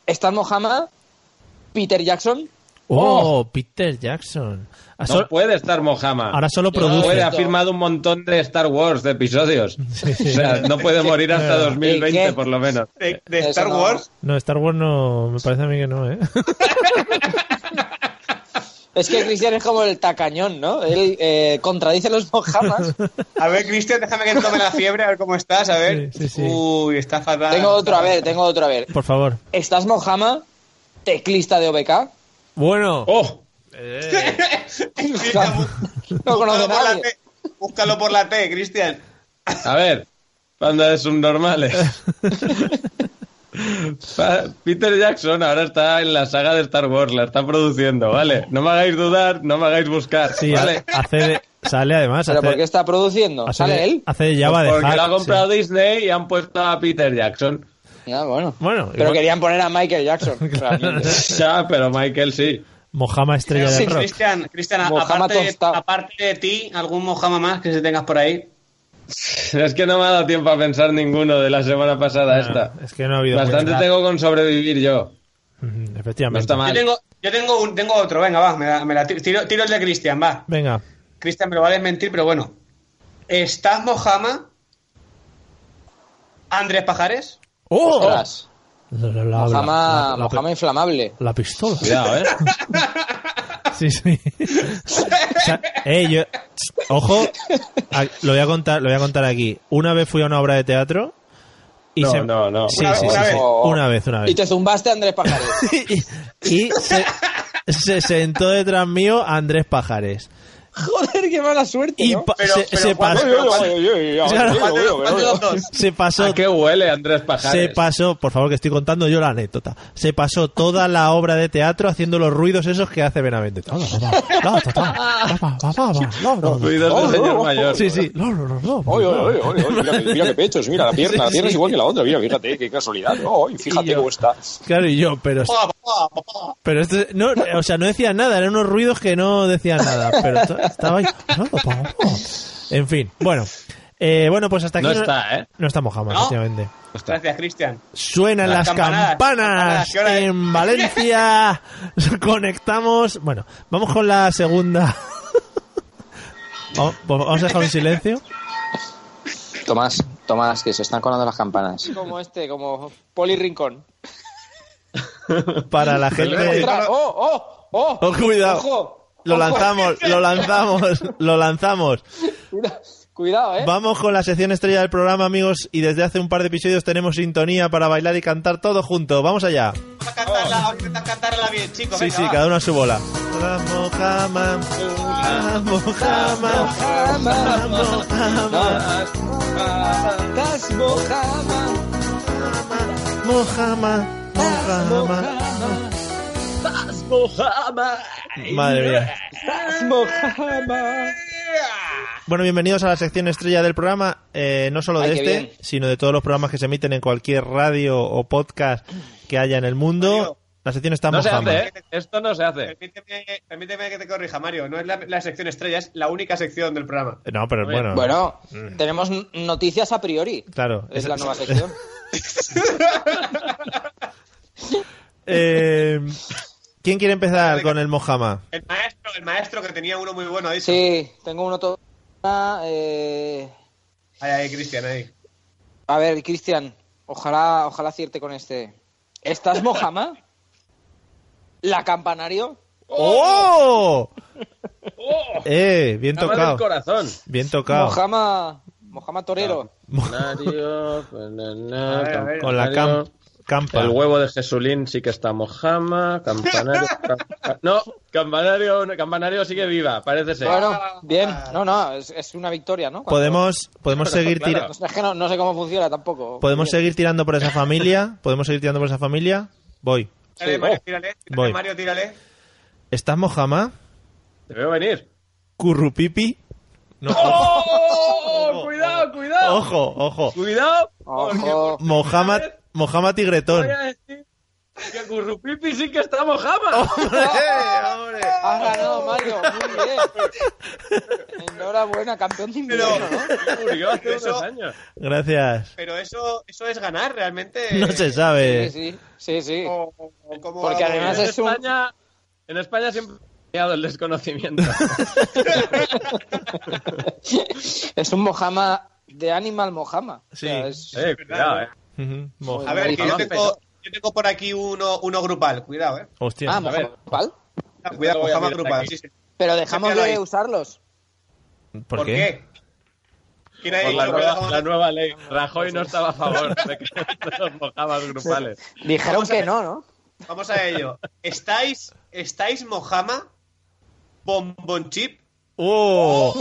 Speaker 4: ¿Está Mojama? ¿Peter Jackson?
Speaker 2: Oh, Peter Jackson. Ah,
Speaker 3: No
Speaker 2: sol-
Speaker 3: puede estar Mojama.
Speaker 2: Ahora solo
Speaker 3: No puede,
Speaker 2: produce.
Speaker 3: ha firmado un montón de Star Wars de episodios.
Speaker 2: Sí, sí.
Speaker 3: O sea, no puede morir hasta
Speaker 2: ¿Qué?
Speaker 3: 2020
Speaker 4: ¿Qué?
Speaker 3: por lo menos.
Speaker 5: De, de
Speaker 4: Eso
Speaker 5: Star
Speaker 4: no.
Speaker 5: Wars.
Speaker 2: No, Star Wars no. Me parece a mí que no, ¿eh?
Speaker 4: Es que Cristian es como el tacañón, ¿no? Él eh, contradice los mojamas.
Speaker 5: A ver, Cristian, déjame que tome la fiebre, a ver cómo estás, a ver.
Speaker 2: Sí, sí, sí.
Speaker 5: Uy, está fatal.
Speaker 4: Tengo otro, a ver, tengo otro, a ver.
Speaker 2: Por favor.
Speaker 4: ¿Estás Mojama? Teclista de OBK.
Speaker 2: Bueno.
Speaker 3: ¡Oh!
Speaker 5: Cristian,
Speaker 4: No conoce
Speaker 5: búscalo, por pues la
Speaker 4: nadie.
Speaker 5: T, búscalo por la T, Cristian.
Speaker 3: A ver, banda de subnormales. ¿eh? Pa- Peter Jackson ahora está en la saga de Star Wars, la está produciendo, ¿vale? No me hagáis dudar, no me hagáis buscar,
Speaker 2: Sí,
Speaker 3: ¿vale?
Speaker 2: hace de- sale además.
Speaker 4: ¿Pero
Speaker 2: hace,
Speaker 4: por qué está produciendo?
Speaker 2: hace
Speaker 4: ¿Sale
Speaker 2: de,
Speaker 4: él?
Speaker 2: Hace de Java de
Speaker 3: Pues
Speaker 2: Hack,
Speaker 3: Porque lo ha
Speaker 2: sí.
Speaker 3: comprado Disney y han puesto a Peter Jackson.
Speaker 4: Ah, bueno.
Speaker 2: Bueno,
Speaker 4: Pero
Speaker 2: igual-
Speaker 4: querían poner a Michael Jackson. realmente.
Speaker 3: Ya, pero Michael sí.
Speaker 2: Mojama estrella
Speaker 5: Sí,
Speaker 2: del rock.
Speaker 5: Cristian, Cristian, a-
Speaker 4: Mojama
Speaker 5: aparte, de-
Speaker 4: tostado.
Speaker 5: aparte de ti, algún Mojama más que se tengas por ahí.
Speaker 3: Es que no me ha dado tiempo a pensar ninguno de la semana pasada
Speaker 2: No,
Speaker 3: esta.
Speaker 2: Ah, es que no ha habido
Speaker 3: Bastante
Speaker 2: mucho.
Speaker 3: tengo con sobrevivir yo.
Speaker 2: Ujú,
Speaker 3: No
Speaker 2: Efectivamente.
Speaker 3: está
Speaker 5: Yo
Speaker 3: mal.
Speaker 5: tengo, yo tengo, un- tengo otro, venga, va, me la, me la ti- tiro, tiro el de Cristian, va.
Speaker 2: Venga.
Speaker 5: Cristian, me lo va a desmentir, pero bueno. ¿Estás Mojama? ¿Andrés Pajares?
Speaker 2: ¡Oh!
Speaker 4: Ostras.
Speaker 2: La, la- la-
Speaker 4: Mojama,
Speaker 2: la- la-
Speaker 4: Mojama inflamable.
Speaker 2: la pistola.
Speaker 3: Cuidado, ¿eh?
Speaker 2: Sí, sí. O sea, eh, yo, ojo, a- lo voy a contar, lo voy a contar aquí. Una vez fui a una obra de teatro y
Speaker 3: No,
Speaker 2: se-
Speaker 3: no, no.
Speaker 2: Sí,
Speaker 5: Una
Speaker 2: sí,
Speaker 5: vez,
Speaker 2: sí,
Speaker 5: una
Speaker 2: sí.
Speaker 5: vez.
Speaker 2: Una vez, una
Speaker 4: Y
Speaker 2: vez.
Speaker 4: te zumbaste a Andrés Pajares.
Speaker 2: Y se, se sentó detrás mío Andrés Pajares.
Speaker 4: Joder, qué mala suerte,
Speaker 2: Y
Speaker 4: ¿no?
Speaker 2: pa-
Speaker 5: Pero-
Speaker 2: se,
Speaker 5: pero
Speaker 2: se
Speaker 5: Juan,
Speaker 2: pasó,
Speaker 5: pero Juan,
Speaker 2: Claro.
Speaker 5: ¿Cuál de los- cuál de los dos?
Speaker 2: se pasó
Speaker 3: ¿A qué huele Andrés
Speaker 2: se
Speaker 3: Pajares?
Speaker 2: pasó, por favor, que estoy contando yo la anécdota. Se pasó toda la obra de teatro haciendo los ruidos esos que hace Benavente.
Speaker 3: Los ruidos del señor mayor.
Speaker 2: Sí, sí.
Speaker 8: Oye, oye, oye, oye, mira, que- mira qué pechos, mira la pierna, la
Speaker 2: Sí,
Speaker 8: pierna
Speaker 2: sí.
Speaker 8: es igual que la otra, mira, fíjate, qué casualidad, ¿no? Y
Speaker 2: Y
Speaker 8: fíjate
Speaker 2: yo-
Speaker 8: cómo está.
Speaker 2: Claro, y yo, pero pero esto no, o sea, no decía nada, eran unos ruidos que no decían nada, pero esto- estaba ahí. En fin, bueno. Eh, bueno, pues hasta aquí
Speaker 3: No está, ¿eh?
Speaker 2: no estamos jamás,
Speaker 5: ¿No?
Speaker 2: efectivamente.
Speaker 5: Gracias, Cristian.
Speaker 2: Suenan las,
Speaker 5: Las
Speaker 2: campanas,
Speaker 5: campanadas, campanadas, ¿qué hora es?
Speaker 2: en Valencia. Conectamos. Bueno, vamos con la segunda. vamos, pues vamos a dejar un silencio.
Speaker 4: Tomás, Tomás, que se están colando las campanas. Como este, como Poli Rincón.
Speaker 2: Para la gente.
Speaker 4: Ostras, ¡Oh, oh, oh!
Speaker 2: Oh, cuidado.
Speaker 4: Ojo,
Speaker 2: Lo
Speaker 4: ojo.
Speaker 2: lanzamos, lo lanzamos, lo lanzamos.
Speaker 4: Cuida- Cuidado, ¿eh?
Speaker 2: Vamos con la sección estrella del programa, amigos. Y desde hace un par de episodios tenemos sintonía para bailar y cantar todo junto. Vamos allá.
Speaker 5: Vamos a cantarla, vamos a intentar cantarla bien, chicos.
Speaker 2: Sí,
Speaker 5: venga,
Speaker 2: sí,
Speaker 5: va.
Speaker 2: cada uno a su bola. Vamos, Hammam. Vamos, Hammam. Vamos, Hammam.
Speaker 4: Estás Mojama,
Speaker 2: Mojama, Mojama.
Speaker 4: Mojama.
Speaker 2: Madre mía.
Speaker 4: Mojama.
Speaker 2: Bueno, bienvenidos a la sección estrella del programa, eh, no solo de
Speaker 4: Ay, qué
Speaker 2: este,
Speaker 4: bien.
Speaker 2: sino de todos los programas que se emiten en cualquier radio o podcast que haya en el mundo. La sección está
Speaker 3: No se
Speaker 2: mojama.
Speaker 3: hace, ¿eh? Esto no se hace.
Speaker 5: Permíteme, permíteme que te corrija, Mario. No es la, la sección estrella, es la única sección del programa.
Speaker 2: No, pero
Speaker 3: Muy bien.
Speaker 2: bueno,
Speaker 4: Bueno, tenemos n- noticias a priori.
Speaker 2: claro.
Speaker 4: Es
Speaker 2: Mm. Esa-
Speaker 4: la nueva sección.
Speaker 2: Eh, ¿Quién quiere empezar con el mojama?
Speaker 5: El maestro, el maestro que tenía uno muy bueno, ha dicho.
Speaker 4: Sí, tengo uno todo. Ah, eh,
Speaker 5: Ahí, ahí, Cristian, ahí.
Speaker 4: A ver, Cristian, ojalá, ojalá acierte con este. ¿Estás mojama? ¿La campanario?
Speaker 2: ¡Oh! Eh, bien
Speaker 3: Llama del
Speaker 2: tocado.
Speaker 3: corazón.
Speaker 2: Bien tocado.
Speaker 4: Mojama, Mojama Torero.
Speaker 3: Campanario, banana,
Speaker 5: A ver, a ver.
Speaker 2: Con la cam-
Speaker 3: campanario.
Speaker 2: campa.
Speaker 3: El huevo de Jesulín sí que está mojama. Campanario. campa- No, campanario, campanario sigue viva, parece ser.
Speaker 4: Bueno,
Speaker 5: Ah,
Speaker 4: bien. No, no, es, es una victoria, ¿no? Cuando-
Speaker 2: Podemos, podemos seguir
Speaker 3: claro.
Speaker 2: tirando.
Speaker 4: O sea, es que no, no sé cómo funciona tampoco.
Speaker 2: Podemos
Speaker 4: Bien.
Speaker 2: seguir tirando por esa familia. Podemos seguir tirando por esa familia. Voy.
Speaker 5: Dale,
Speaker 4: Sí,
Speaker 5: Mario,
Speaker 4: oh.
Speaker 5: tírale. tírale,
Speaker 2: Voy.
Speaker 5: Mario, tírale.
Speaker 2: ¿Estás mojama?
Speaker 3: Te veo venir.
Speaker 2: ¿Currupipi? No.
Speaker 3: ¡Oh! ¡Cuidado, cuidado!
Speaker 2: Ojo, ojo.
Speaker 3: ¡Cuidado!
Speaker 4: Ojo.
Speaker 2: Mohamed, Mohamed Tigretón.
Speaker 3: Voy a decir que Currupipi sí que está mojama.
Speaker 4: Has ganado, Mario. Muy bien. Enhorabuena, campeón de invierno, ¿no?
Speaker 3: Murió hace
Speaker 5: Eso-
Speaker 3: unos años.
Speaker 2: Gracias.
Speaker 5: Pero eso, eso es ganar, realmente.
Speaker 2: No se
Speaker 4: Sí,
Speaker 2: sabe.
Speaker 4: sí, sí, sí.
Speaker 5: O- o- o cómo
Speaker 4: Porque
Speaker 5: vamos.
Speaker 4: además
Speaker 3: en,
Speaker 4: es un-
Speaker 3: España, en España siempre ha peleado el desconocimiento. Eh,
Speaker 4: Es un Mojama de Animal Mojama. O sea,
Speaker 2: Sí.
Speaker 4: es-
Speaker 3: Eh, cuidado, eh.
Speaker 2: Ujú, Mohamed.
Speaker 5: A ver, que yo
Speaker 3: Además,
Speaker 5: tengo, yo tengo por aquí uno, uno grupal. Cuidado, eh.
Speaker 2: Hostia.
Speaker 4: Ah,
Speaker 3: a ver.
Speaker 4: Mojama grupal.
Speaker 5: Cuidado,
Speaker 3: Lo voy a
Speaker 5: Mojama
Speaker 3: mirar
Speaker 5: grupal.
Speaker 3: aquí.
Speaker 5: sí, sí.
Speaker 4: Pero dejamos
Speaker 5: Sépialo ahí.
Speaker 4: de usarlos.
Speaker 2: ¿Por qué?
Speaker 5: ¿Quién ha
Speaker 3: Por
Speaker 5: dicho
Speaker 3: la,
Speaker 5: que
Speaker 3: nueva,
Speaker 5: dejamos-
Speaker 3: la nueva ley. Rajoy no estaba a favor de que los mojamas grupales.
Speaker 4: Dijeron que no, ¿no?
Speaker 5: Vamos a ello. ¿Estáis, estáis Mojama? ¿Bombon Chip?
Speaker 2: ¡Oh!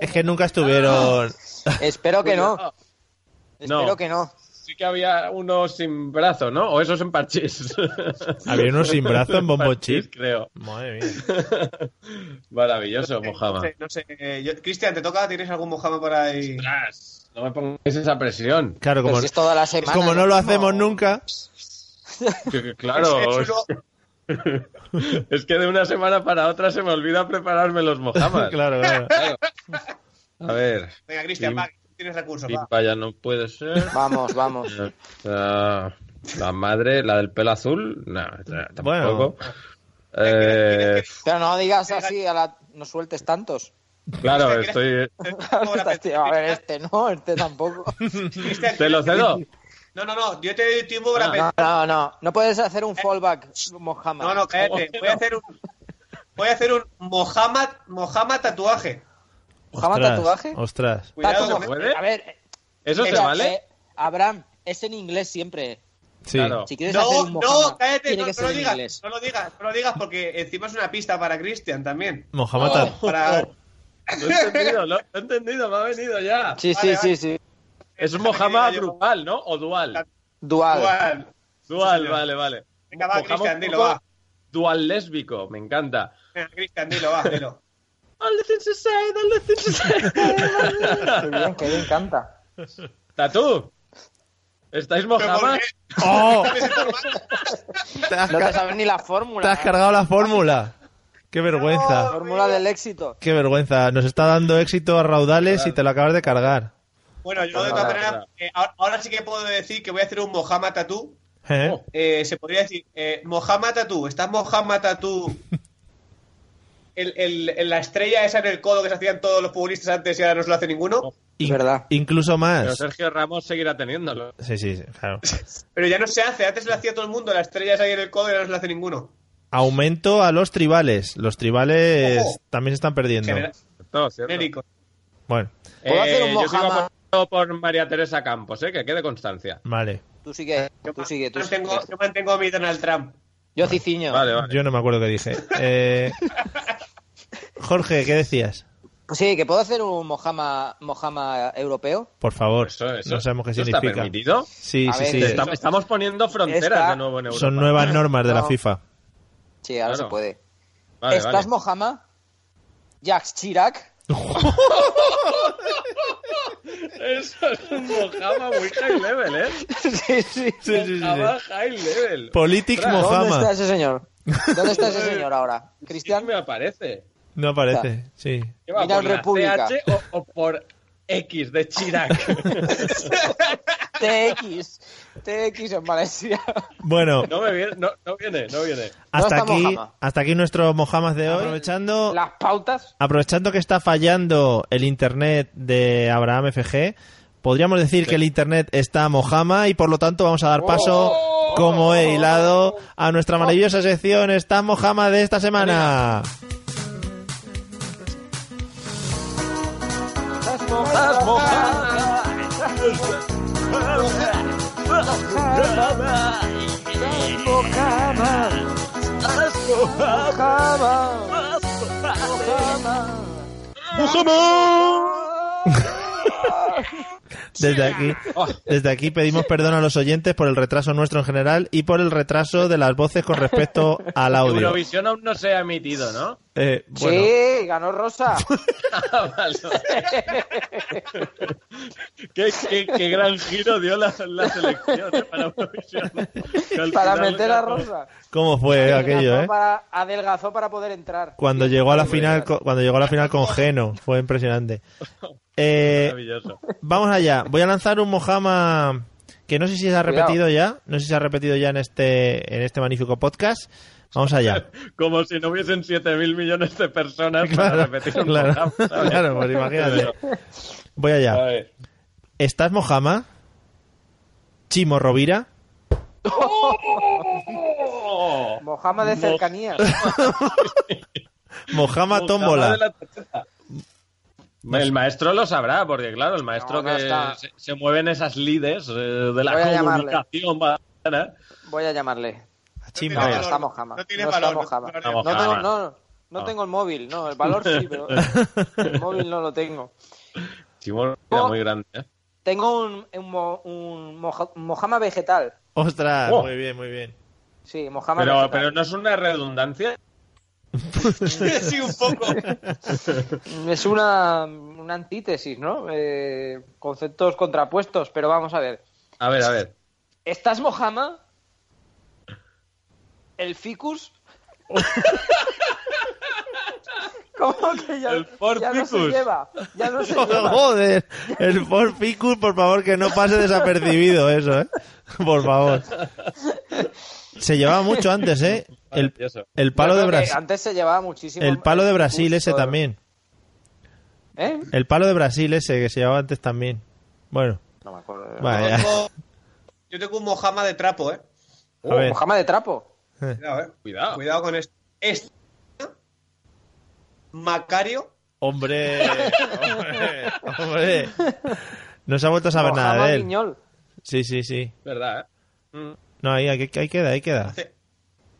Speaker 2: Es que nunca estuvieron.
Speaker 4: Espero que no.
Speaker 3: Cuidado.
Speaker 4: Espero que no.
Speaker 3: Sí que había uno sin brazo, ¿no? O esos en parchís.
Speaker 2: Había uno sin brazo en Bombo
Speaker 3: Parchís,
Speaker 2: Chip.
Speaker 3: creo.
Speaker 2: Madre mía.
Speaker 3: Maravilloso, mojama.
Speaker 5: No sé, no sé. Eh, yo- Cristian, ¿te toca? ¿Tienes algún Mojama por ahí?
Speaker 3: Ostras, No me pongáis esa presión.
Speaker 2: Claro,
Speaker 4: Pero
Speaker 2: como,
Speaker 4: si es toda la semana.
Speaker 2: como no lo hacemos nunca.
Speaker 3: Que- que Claro,
Speaker 5: Es uno-
Speaker 3: es que de una semana para otra se me olvida prepararme los mojamas.
Speaker 2: Claro, claro.
Speaker 3: A ver,
Speaker 5: Venga, Cristian,
Speaker 3: Pim-
Speaker 5: va, tienes recursos, va.
Speaker 3: pipa ya no puede ser.
Speaker 4: Vamos, vamos.
Speaker 3: Ah, la madre, la del pelo azul, no, tampoco.
Speaker 2: Bueno.
Speaker 3: Eh,
Speaker 4: Pero no digas así, a la... no sueltes tantos.
Speaker 3: claro, estoy.
Speaker 4: Estás, tío, A ver, este no, este tampoco.
Speaker 5: Cristian,
Speaker 3: ¿Te lo cedo? Ah,
Speaker 5: No, no, no. Yo te doy tiempo para
Speaker 4: No,
Speaker 5: pensar.
Speaker 4: no, no. No puedes hacer un fallback, Mohamed.
Speaker 5: Eh. No, no, cállate. Voy a hacer un... Voy a hacer un Mojama, Mojama tatuaje.
Speaker 4: ¿Mojama
Speaker 2: Ostras,
Speaker 4: tatuaje?
Speaker 2: Ostras.
Speaker 5: Cuidado,
Speaker 4: Tato,
Speaker 5: que-
Speaker 3: puede?
Speaker 4: A ver,
Speaker 3: ¿Eso se
Speaker 4: espera,
Speaker 3: vale?
Speaker 4: eh, Abraham, es en inglés siempre.
Speaker 2: Sí.
Speaker 3: Claro.
Speaker 4: Si quieres hacer
Speaker 5: No,
Speaker 4: un Mohamed,
Speaker 5: no, cállate,
Speaker 4: tiene
Speaker 5: no,
Speaker 4: que
Speaker 5: no
Speaker 4: ser
Speaker 5: lo
Speaker 4: en
Speaker 5: digas,
Speaker 4: inglés.
Speaker 5: no lo digas, no lo digas, porque encima es una pista para Cristian también.
Speaker 2: Mohamed Tat-
Speaker 3: Oh,
Speaker 5: Para...
Speaker 3: Lo he entendido, lo he entendido, me ha venido ya.
Speaker 4: Sí, sí,
Speaker 5: Vale,
Speaker 4: sí, sí.
Speaker 3: Es un mojama
Speaker 5: Yo-
Speaker 3: grupal, ¿no? O dual.
Speaker 4: Dual.
Speaker 5: Igual.
Speaker 3: Dual,
Speaker 5: señor.
Speaker 3: vale, vale.
Speaker 5: Venga, va,
Speaker 3: Mojama
Speaker 5: Cristian, dilo,
Speaker 3: grupo
Speaker 5: va.
Speaker 3: Dual lésbico, me encanta.
Speaker 5: Venga, Cristian, dilo, va, dilo.
Speaker 3: All the things you say, all the things you say.
Speaker 4: Qué bien, que bien canta.
Speaker 3: Tatú, ¿estáis
Speaker 5: Pero ¿por
Speaker 3: mojamas?
Speaker 5: qué?
Speaker 2: ¡Oh! Te has,
Speaker 4: No te
Speaker 2: ca-
Speaker 4: sabes ni la
Speaker 2: te
Speaker 4: fórmula.
Speaker 2: has cargado la fórmula. ¡Qué vergüenza!
Speaker 4: La fórmula del éxito.
Speaker 2: Qué vergüenza. Nos está dando éxito a raudales y te lo acabas de cargar.
Speaker 5: Bueno, yo
Speaker 3: Venga,
Speaker 5: de todas
Speaker 3: va,
Speaker 5: maneras,
Speaker 3: venga.
Speaker 5: eh, ahora, ahora sí que puedo decir que voy a hacer un Mojama tatú.
Speaker 2: ¿Eh?
Speaker 3: Oh.
Speaker 5: Eh, se podría decir, eh, Mojama tatú, ¿estás Mojama tatú? El, el- el- la estrella esa en el codo que se hacían todos los futbolistas antes y ahora no se lo hace ninguno.
Speaker 2: Inc-
Speaker 4: verdad.
Speaker 2: Incluso
Speaker 3: Pero
Speaker 2: más.
Speaker 3: Sergio Ramos seguirá teniéndolo.
Speaker 2: Sí, sí, sí, claro.
Speaker 5: Pero ya no se hace, antes se lo hacía todo el mundo, la estrella esa ahí en el codo y ahora no se lo hace ninguno.
Speaker 2: Aumento a los tribales. Los tribales
Speaker 5: Ojo.
Speaker 2: también se están perdiendo.
Speaker 5: Genera-
Speaker 3: No, ¿cierto? Eh,
Speaker 5: genérico.
Speaker 2: Bueno,
Speaker 4: ¿Puedo hacer un
Speaker 3: yo sigo
Speaker 4: mojama?
Speaker 3: apostando por María Teresa Campos, ¿eh? que quede constancia.
Speaker 2: vale.
Speaker 4: Tú sigue,
Speaker 5: Yo,
Speaker 4: tú sigue, tú sigue.
Speaker 5: mantengo, yo mantengo a mi Donald Trump.
Speaker 4: Yo ciciño.
Speaker 3: Vale, vale.
Speaker 2: Yo no me acuerdo qué dije. Eh, Jorge, ¿qué decías?
Speaker 4: Pues sí, que puedo hacer un Mojama, Mojama europeo.
Speaker 2: Por favor,
Speaker 3: Pues Eso, eso-
Speaker 2: no sabemos qué
Speaker 3: ¿eso ¿Está
Speaker 2: significa.
Speaker 3: permitido?
Speaker 2: Sí,
Speaker 4: A
Speaker 2: sí,
Speaker 4: ver,
Speaker 2: sí.
Speaker 4: está-
Speaker 3: Estamos, estamos poniendo fronteras
Speaker 4: Esta-
Speaker 3: de nuevo en Europa.
Speaker 2: Son nuevas normas de la
Speaker 4: No.
Speaker 2: FIFA.
Speaker 4: Sí, ahora
Speaker 3: Claro.
Speaker 4: se puede.
Speaker 3: Vale,
Speaker 7: ¿Estás
Speaker 3: vale.
Speaker 7: Mohamed? Jacques Chirac.
Speaker 5: Eso es un Mojama muy high level, ¿eh?
Speaker 7: sí, sí.
Speaker 2: Sí, sí, sí, sí.
Speaker 5: Mojama high level.
Speaker 2: Politic
Speaker 7: ¿Dónde está
Speaker 2: Mojama.
Speaker 7: ese señor? ¿Dónde está ese señor ahora?
Speaker 5: ¿Quién
Speaker 7: Cristian,
Speaker 5: me aparece?
Speaker 2: No aparece, sí.
Speaker 5: ¿Qué va,
Speaker 7: Mira
Speaker 5: por
Speaker 7: en
Speaker 5: la
Speaker 7: República.
Speaker 5: CH o, o por X de Chirac?
Speaker 7: TX. TX en Valencia.
Speaker 2: Bueno,
Speaker 5: No, me viene, no, no viene, no viene.
Speaker 2: hasta
Speaker 7: está
Speaker 2: aquí,
Speaker 7: Mojama?
Speaker 2: hasta aquí nuestro Mojamas de hoy. Aprovechando,
Speaker 7: Las pautas.
Speaker 2: aprovechando que está fallando el internet de Abraham FG, podríamos decir que el internet está mojama y por lo tanto vamos a dar paso,
Speaker 7: Oh.
Speaker 2: como he hilado, a nuestra maravillosa sección Está mojama de esta semana.
Speaker 7: Las Mojama.
Speaker 2: Desde aquí,
Speaker 7: Oh.
Speaker 2: desde aquí pedimos perdón a los oyentes por el retraso nuestro en general y por el retraso de las voces con respecto al audio.
Speaker 5: Eurovisión aún no se ha emitido, ¿no?
Speaker 2: Eh, bueno,
Speaker 7: Sí, ganó Rosa.
Speaker 5: Ah, vale. qué, qué- qué gran giro dio la, la selección ¿eh? para Eurovisión. Que al
Speaker 7: Para
Speaker 5: final
Speaker 7: meter a
Speaker 5: ganó.
Speaker 7: Rosa.
Speaker 2: ¿cómo fue aquello,
Speaker 7: Adelgazó
Speaker 2: eh?
Speaker 7: para- adelgazó para poder entrar.
Speaker 2: Cuando llegó a la final, co- cuando llegó a la final con Geno, fue impresionante. Eh,
Speaker 5: Maravilloso.
Speaker 2: vamos allá. Voy a lanzar un Mojama que no sé si se ha
Speaker 7: Cuidado.
Speaker 2: repetido ya, no sé si se ha repetido ya en este en este magnífico podcast. Vamos allá.
Speaker 5: Como si no hubiesen 7.000 millones de personas para
Speaker 2: Claro,
Speaker 5: repetir un
Speaker 2: claro,
Speaker 5: programa, ¿sabes?
Speaker 2: claro, pues imagínate. Voy allá.
Speaker 5: Ay,
Speaker 2: ¿Estás Mojama? Chimo Rovira.
Speaker 7: Mojama de cercanías.
Speaker 2: Mojama
Speaker 5: Mojama
Speaker 2: Tómbola.
Speaker 5: de la Tacheta. El maestro lo sabrá, porque claro, el maestro
Speaker 7: No, no
Speaker 5: que
Speaker 7: está.
Speaker 5: se, se mueven esas lides eh, de la
Speaker 7: Voy a llamarle.
Speaker 5: comunicación valenciana.
Speaker 7: Voy a llamarle.
Speaker 2: A Chimo.
Speaker 7: No,
Speaker 5: Vale.
Speaker 7: no está Mojama.
Speaker 5: No tiene
Speaker 7: está
Speaker 5: valor, no
Speaker 7: Mojama.
Speaker 5: tiene
Speaker 7: No,
Speaker 5: valor.
Speaker 7: tengo,
Speaker 3: ah,
Speaker 5: Mojama.
Speaker 7: no, no tengo el móvil. No, el valor sí, pero el móvil no lo tengo.
Speaker 3: Chimo
Speaker 7: Oh.
Speaker 3: era muy grande, ¿eh?
Speaker 7: Tengo un, un, mo- un moja- Mojama vegetal.
Speaker 2: Ostras,
Speaker 3: Oh.
Speaker 2: muy bien, muy bien.
Speaker 7: Sí, Mojama
Speaker 3: Pero,
Speaker 7: vegetal.
Speaker 3: pero no es una redundancia.
Speaker 5: sí, un poco.
Speaker 7: Es una, una antítesis, ¿no? Eh, conceptos contrapuestos, pero vamos a ver.
Speaker 3: A ver, a ver.
Speaker 7: ¿Estás Mojama? ¿El ficus? ¿Cómo que ya,
Speaker 5: El Ford
Speaker 7: ya no se
Speaker 5: Ficus.
Speaker 7: lleva? Ya no se lleva.
Speaker 2: Joder, el Ford Ficus, por favor, que no pase desapercibido eso, ¿eh? Por favor. Se llevaba mucho antes, ¿eh? El,
Speaker 3: Maravilloso.
Speaker 2: el palo
Speaker 7: Yo
Speaker 2: de
Speaker 7: creo que
Speaker 2: Brasil.
Speaker 7: Antes se llevaba muchísimo.
Speaker 2: El palo de
Speaker 7: ficus,
Speaker 2: Brasil ese
Speaker 7: todo.
Speaker 2: también.
Speaker 7: ¿Eh?
Speaker 2: El palo de Brasil ese que se llevaba antes también. Bueno,
Speaker 7: No me acuerdo.
Speaker 2: vaya.
Speaker 5: Tengo- Yo tengo un Mojama de trapo, ¿eh?
Speaker 2: A ver.
Speaker 7: Mojama Uh, de trapo.
Speaker 5: Cuidado, ¿eh?
Speaker 7: Ah.
Speaker 3: Cuidado.
Speaker 5: Cuidado con esto. Este... Macario.
Speaker 2: Hombre, hombre, hombre. No se ha vuelto a saber
Speaker 7: Mojama
Speaker 2: nada de él.
Speaker 7: Viñol.
Speaker 2: Sí, sí, sí.
Speaker 3: ¿Verdad? ¿eh?
Speaker 2: No, ahí, ahí, ahí queda, ahí queda.
Speaker 5: Hace,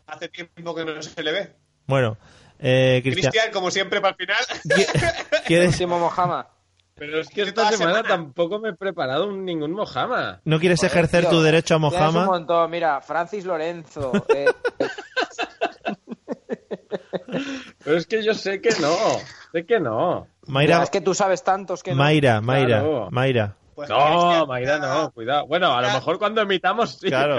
Speaker 5: hace tiempo que no se le ve.
Speaker 2: Bueno, eh, Cristian,
Speaker 5: Cristian, como siempre, para el final.
Speaker 2: ¿qui- ¿quieres,
Speaker 7: Último Mojama.
Speaker 3: Pero es que
Speaker 5: Es que
Speaker 3: esta
Speaker 5: toda
Speaker 3: semana,
Speaker 5: semana.
Speaker 3: tampoco me he preparado un- ningún Mojama.
Speaker 2: ¿No quieres ejercer
Speaker 7: Tío,
Speaker 2: tu derecho a
Speaker 7: tienes un
Speaker 2: Mojama?
Speaker 7: montón. Mira, Francis Lorenzo. eh,
Speaker 3: Pero es que yo sé que no. Sé que no.
Speaker 7: mira,
Speaker 2: Mayra,
Speaker 7: es que tú sabes tantos que no.
Speaker 2: Mayra, Mayra,
Speaker 3: Claro.
Speaker 2: Mayra.
Speaker 5: Pues
Speaker 3: No,
Speaker 5: Cristian,
Speaker 3: Mayra, no. Cuidado. Bueno, a lo
Speaker 5: Ya.
Speaker 3: mejor cuando emitamos sí.
Speaker 2: Claro.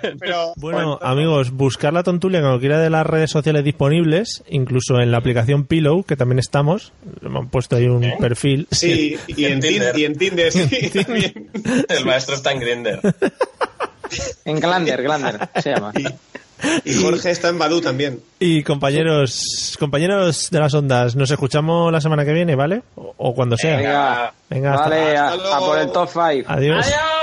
Speaker 3: pero-
Speaker 5: Pero
Speaker 2: Bueno, ah, amigos, buscar la tontulia en cualquiera de las redes sociales disponibles, incluso en la aplicación Pillow, que también estamos. Me han puesto ahí un perfil.
Speaker 5: Sí, y en, Tin- y en Tinder, sí, también.
Speaker 9: El maestro está en Grinder.
Speaker 7: En Glander, Glander se llama.
Speaker 5: Y Jorge está en Badu también.
Speaker 2: Y compañeros, compañeros de las ondas, nos escuchamos la semana que viene, ¿vale? O, o cuando sea.
Speaker 7: Venga,
Speaker 2: Venga, hasta-
Speaker 7: vale, a,
Speaker 5: Hasta
Speaker 7: a por el
Speaker 5: luego.
Speaker 7: top 5.
Speaker 2: Adiós.
Speaker 3: ¡Adiós!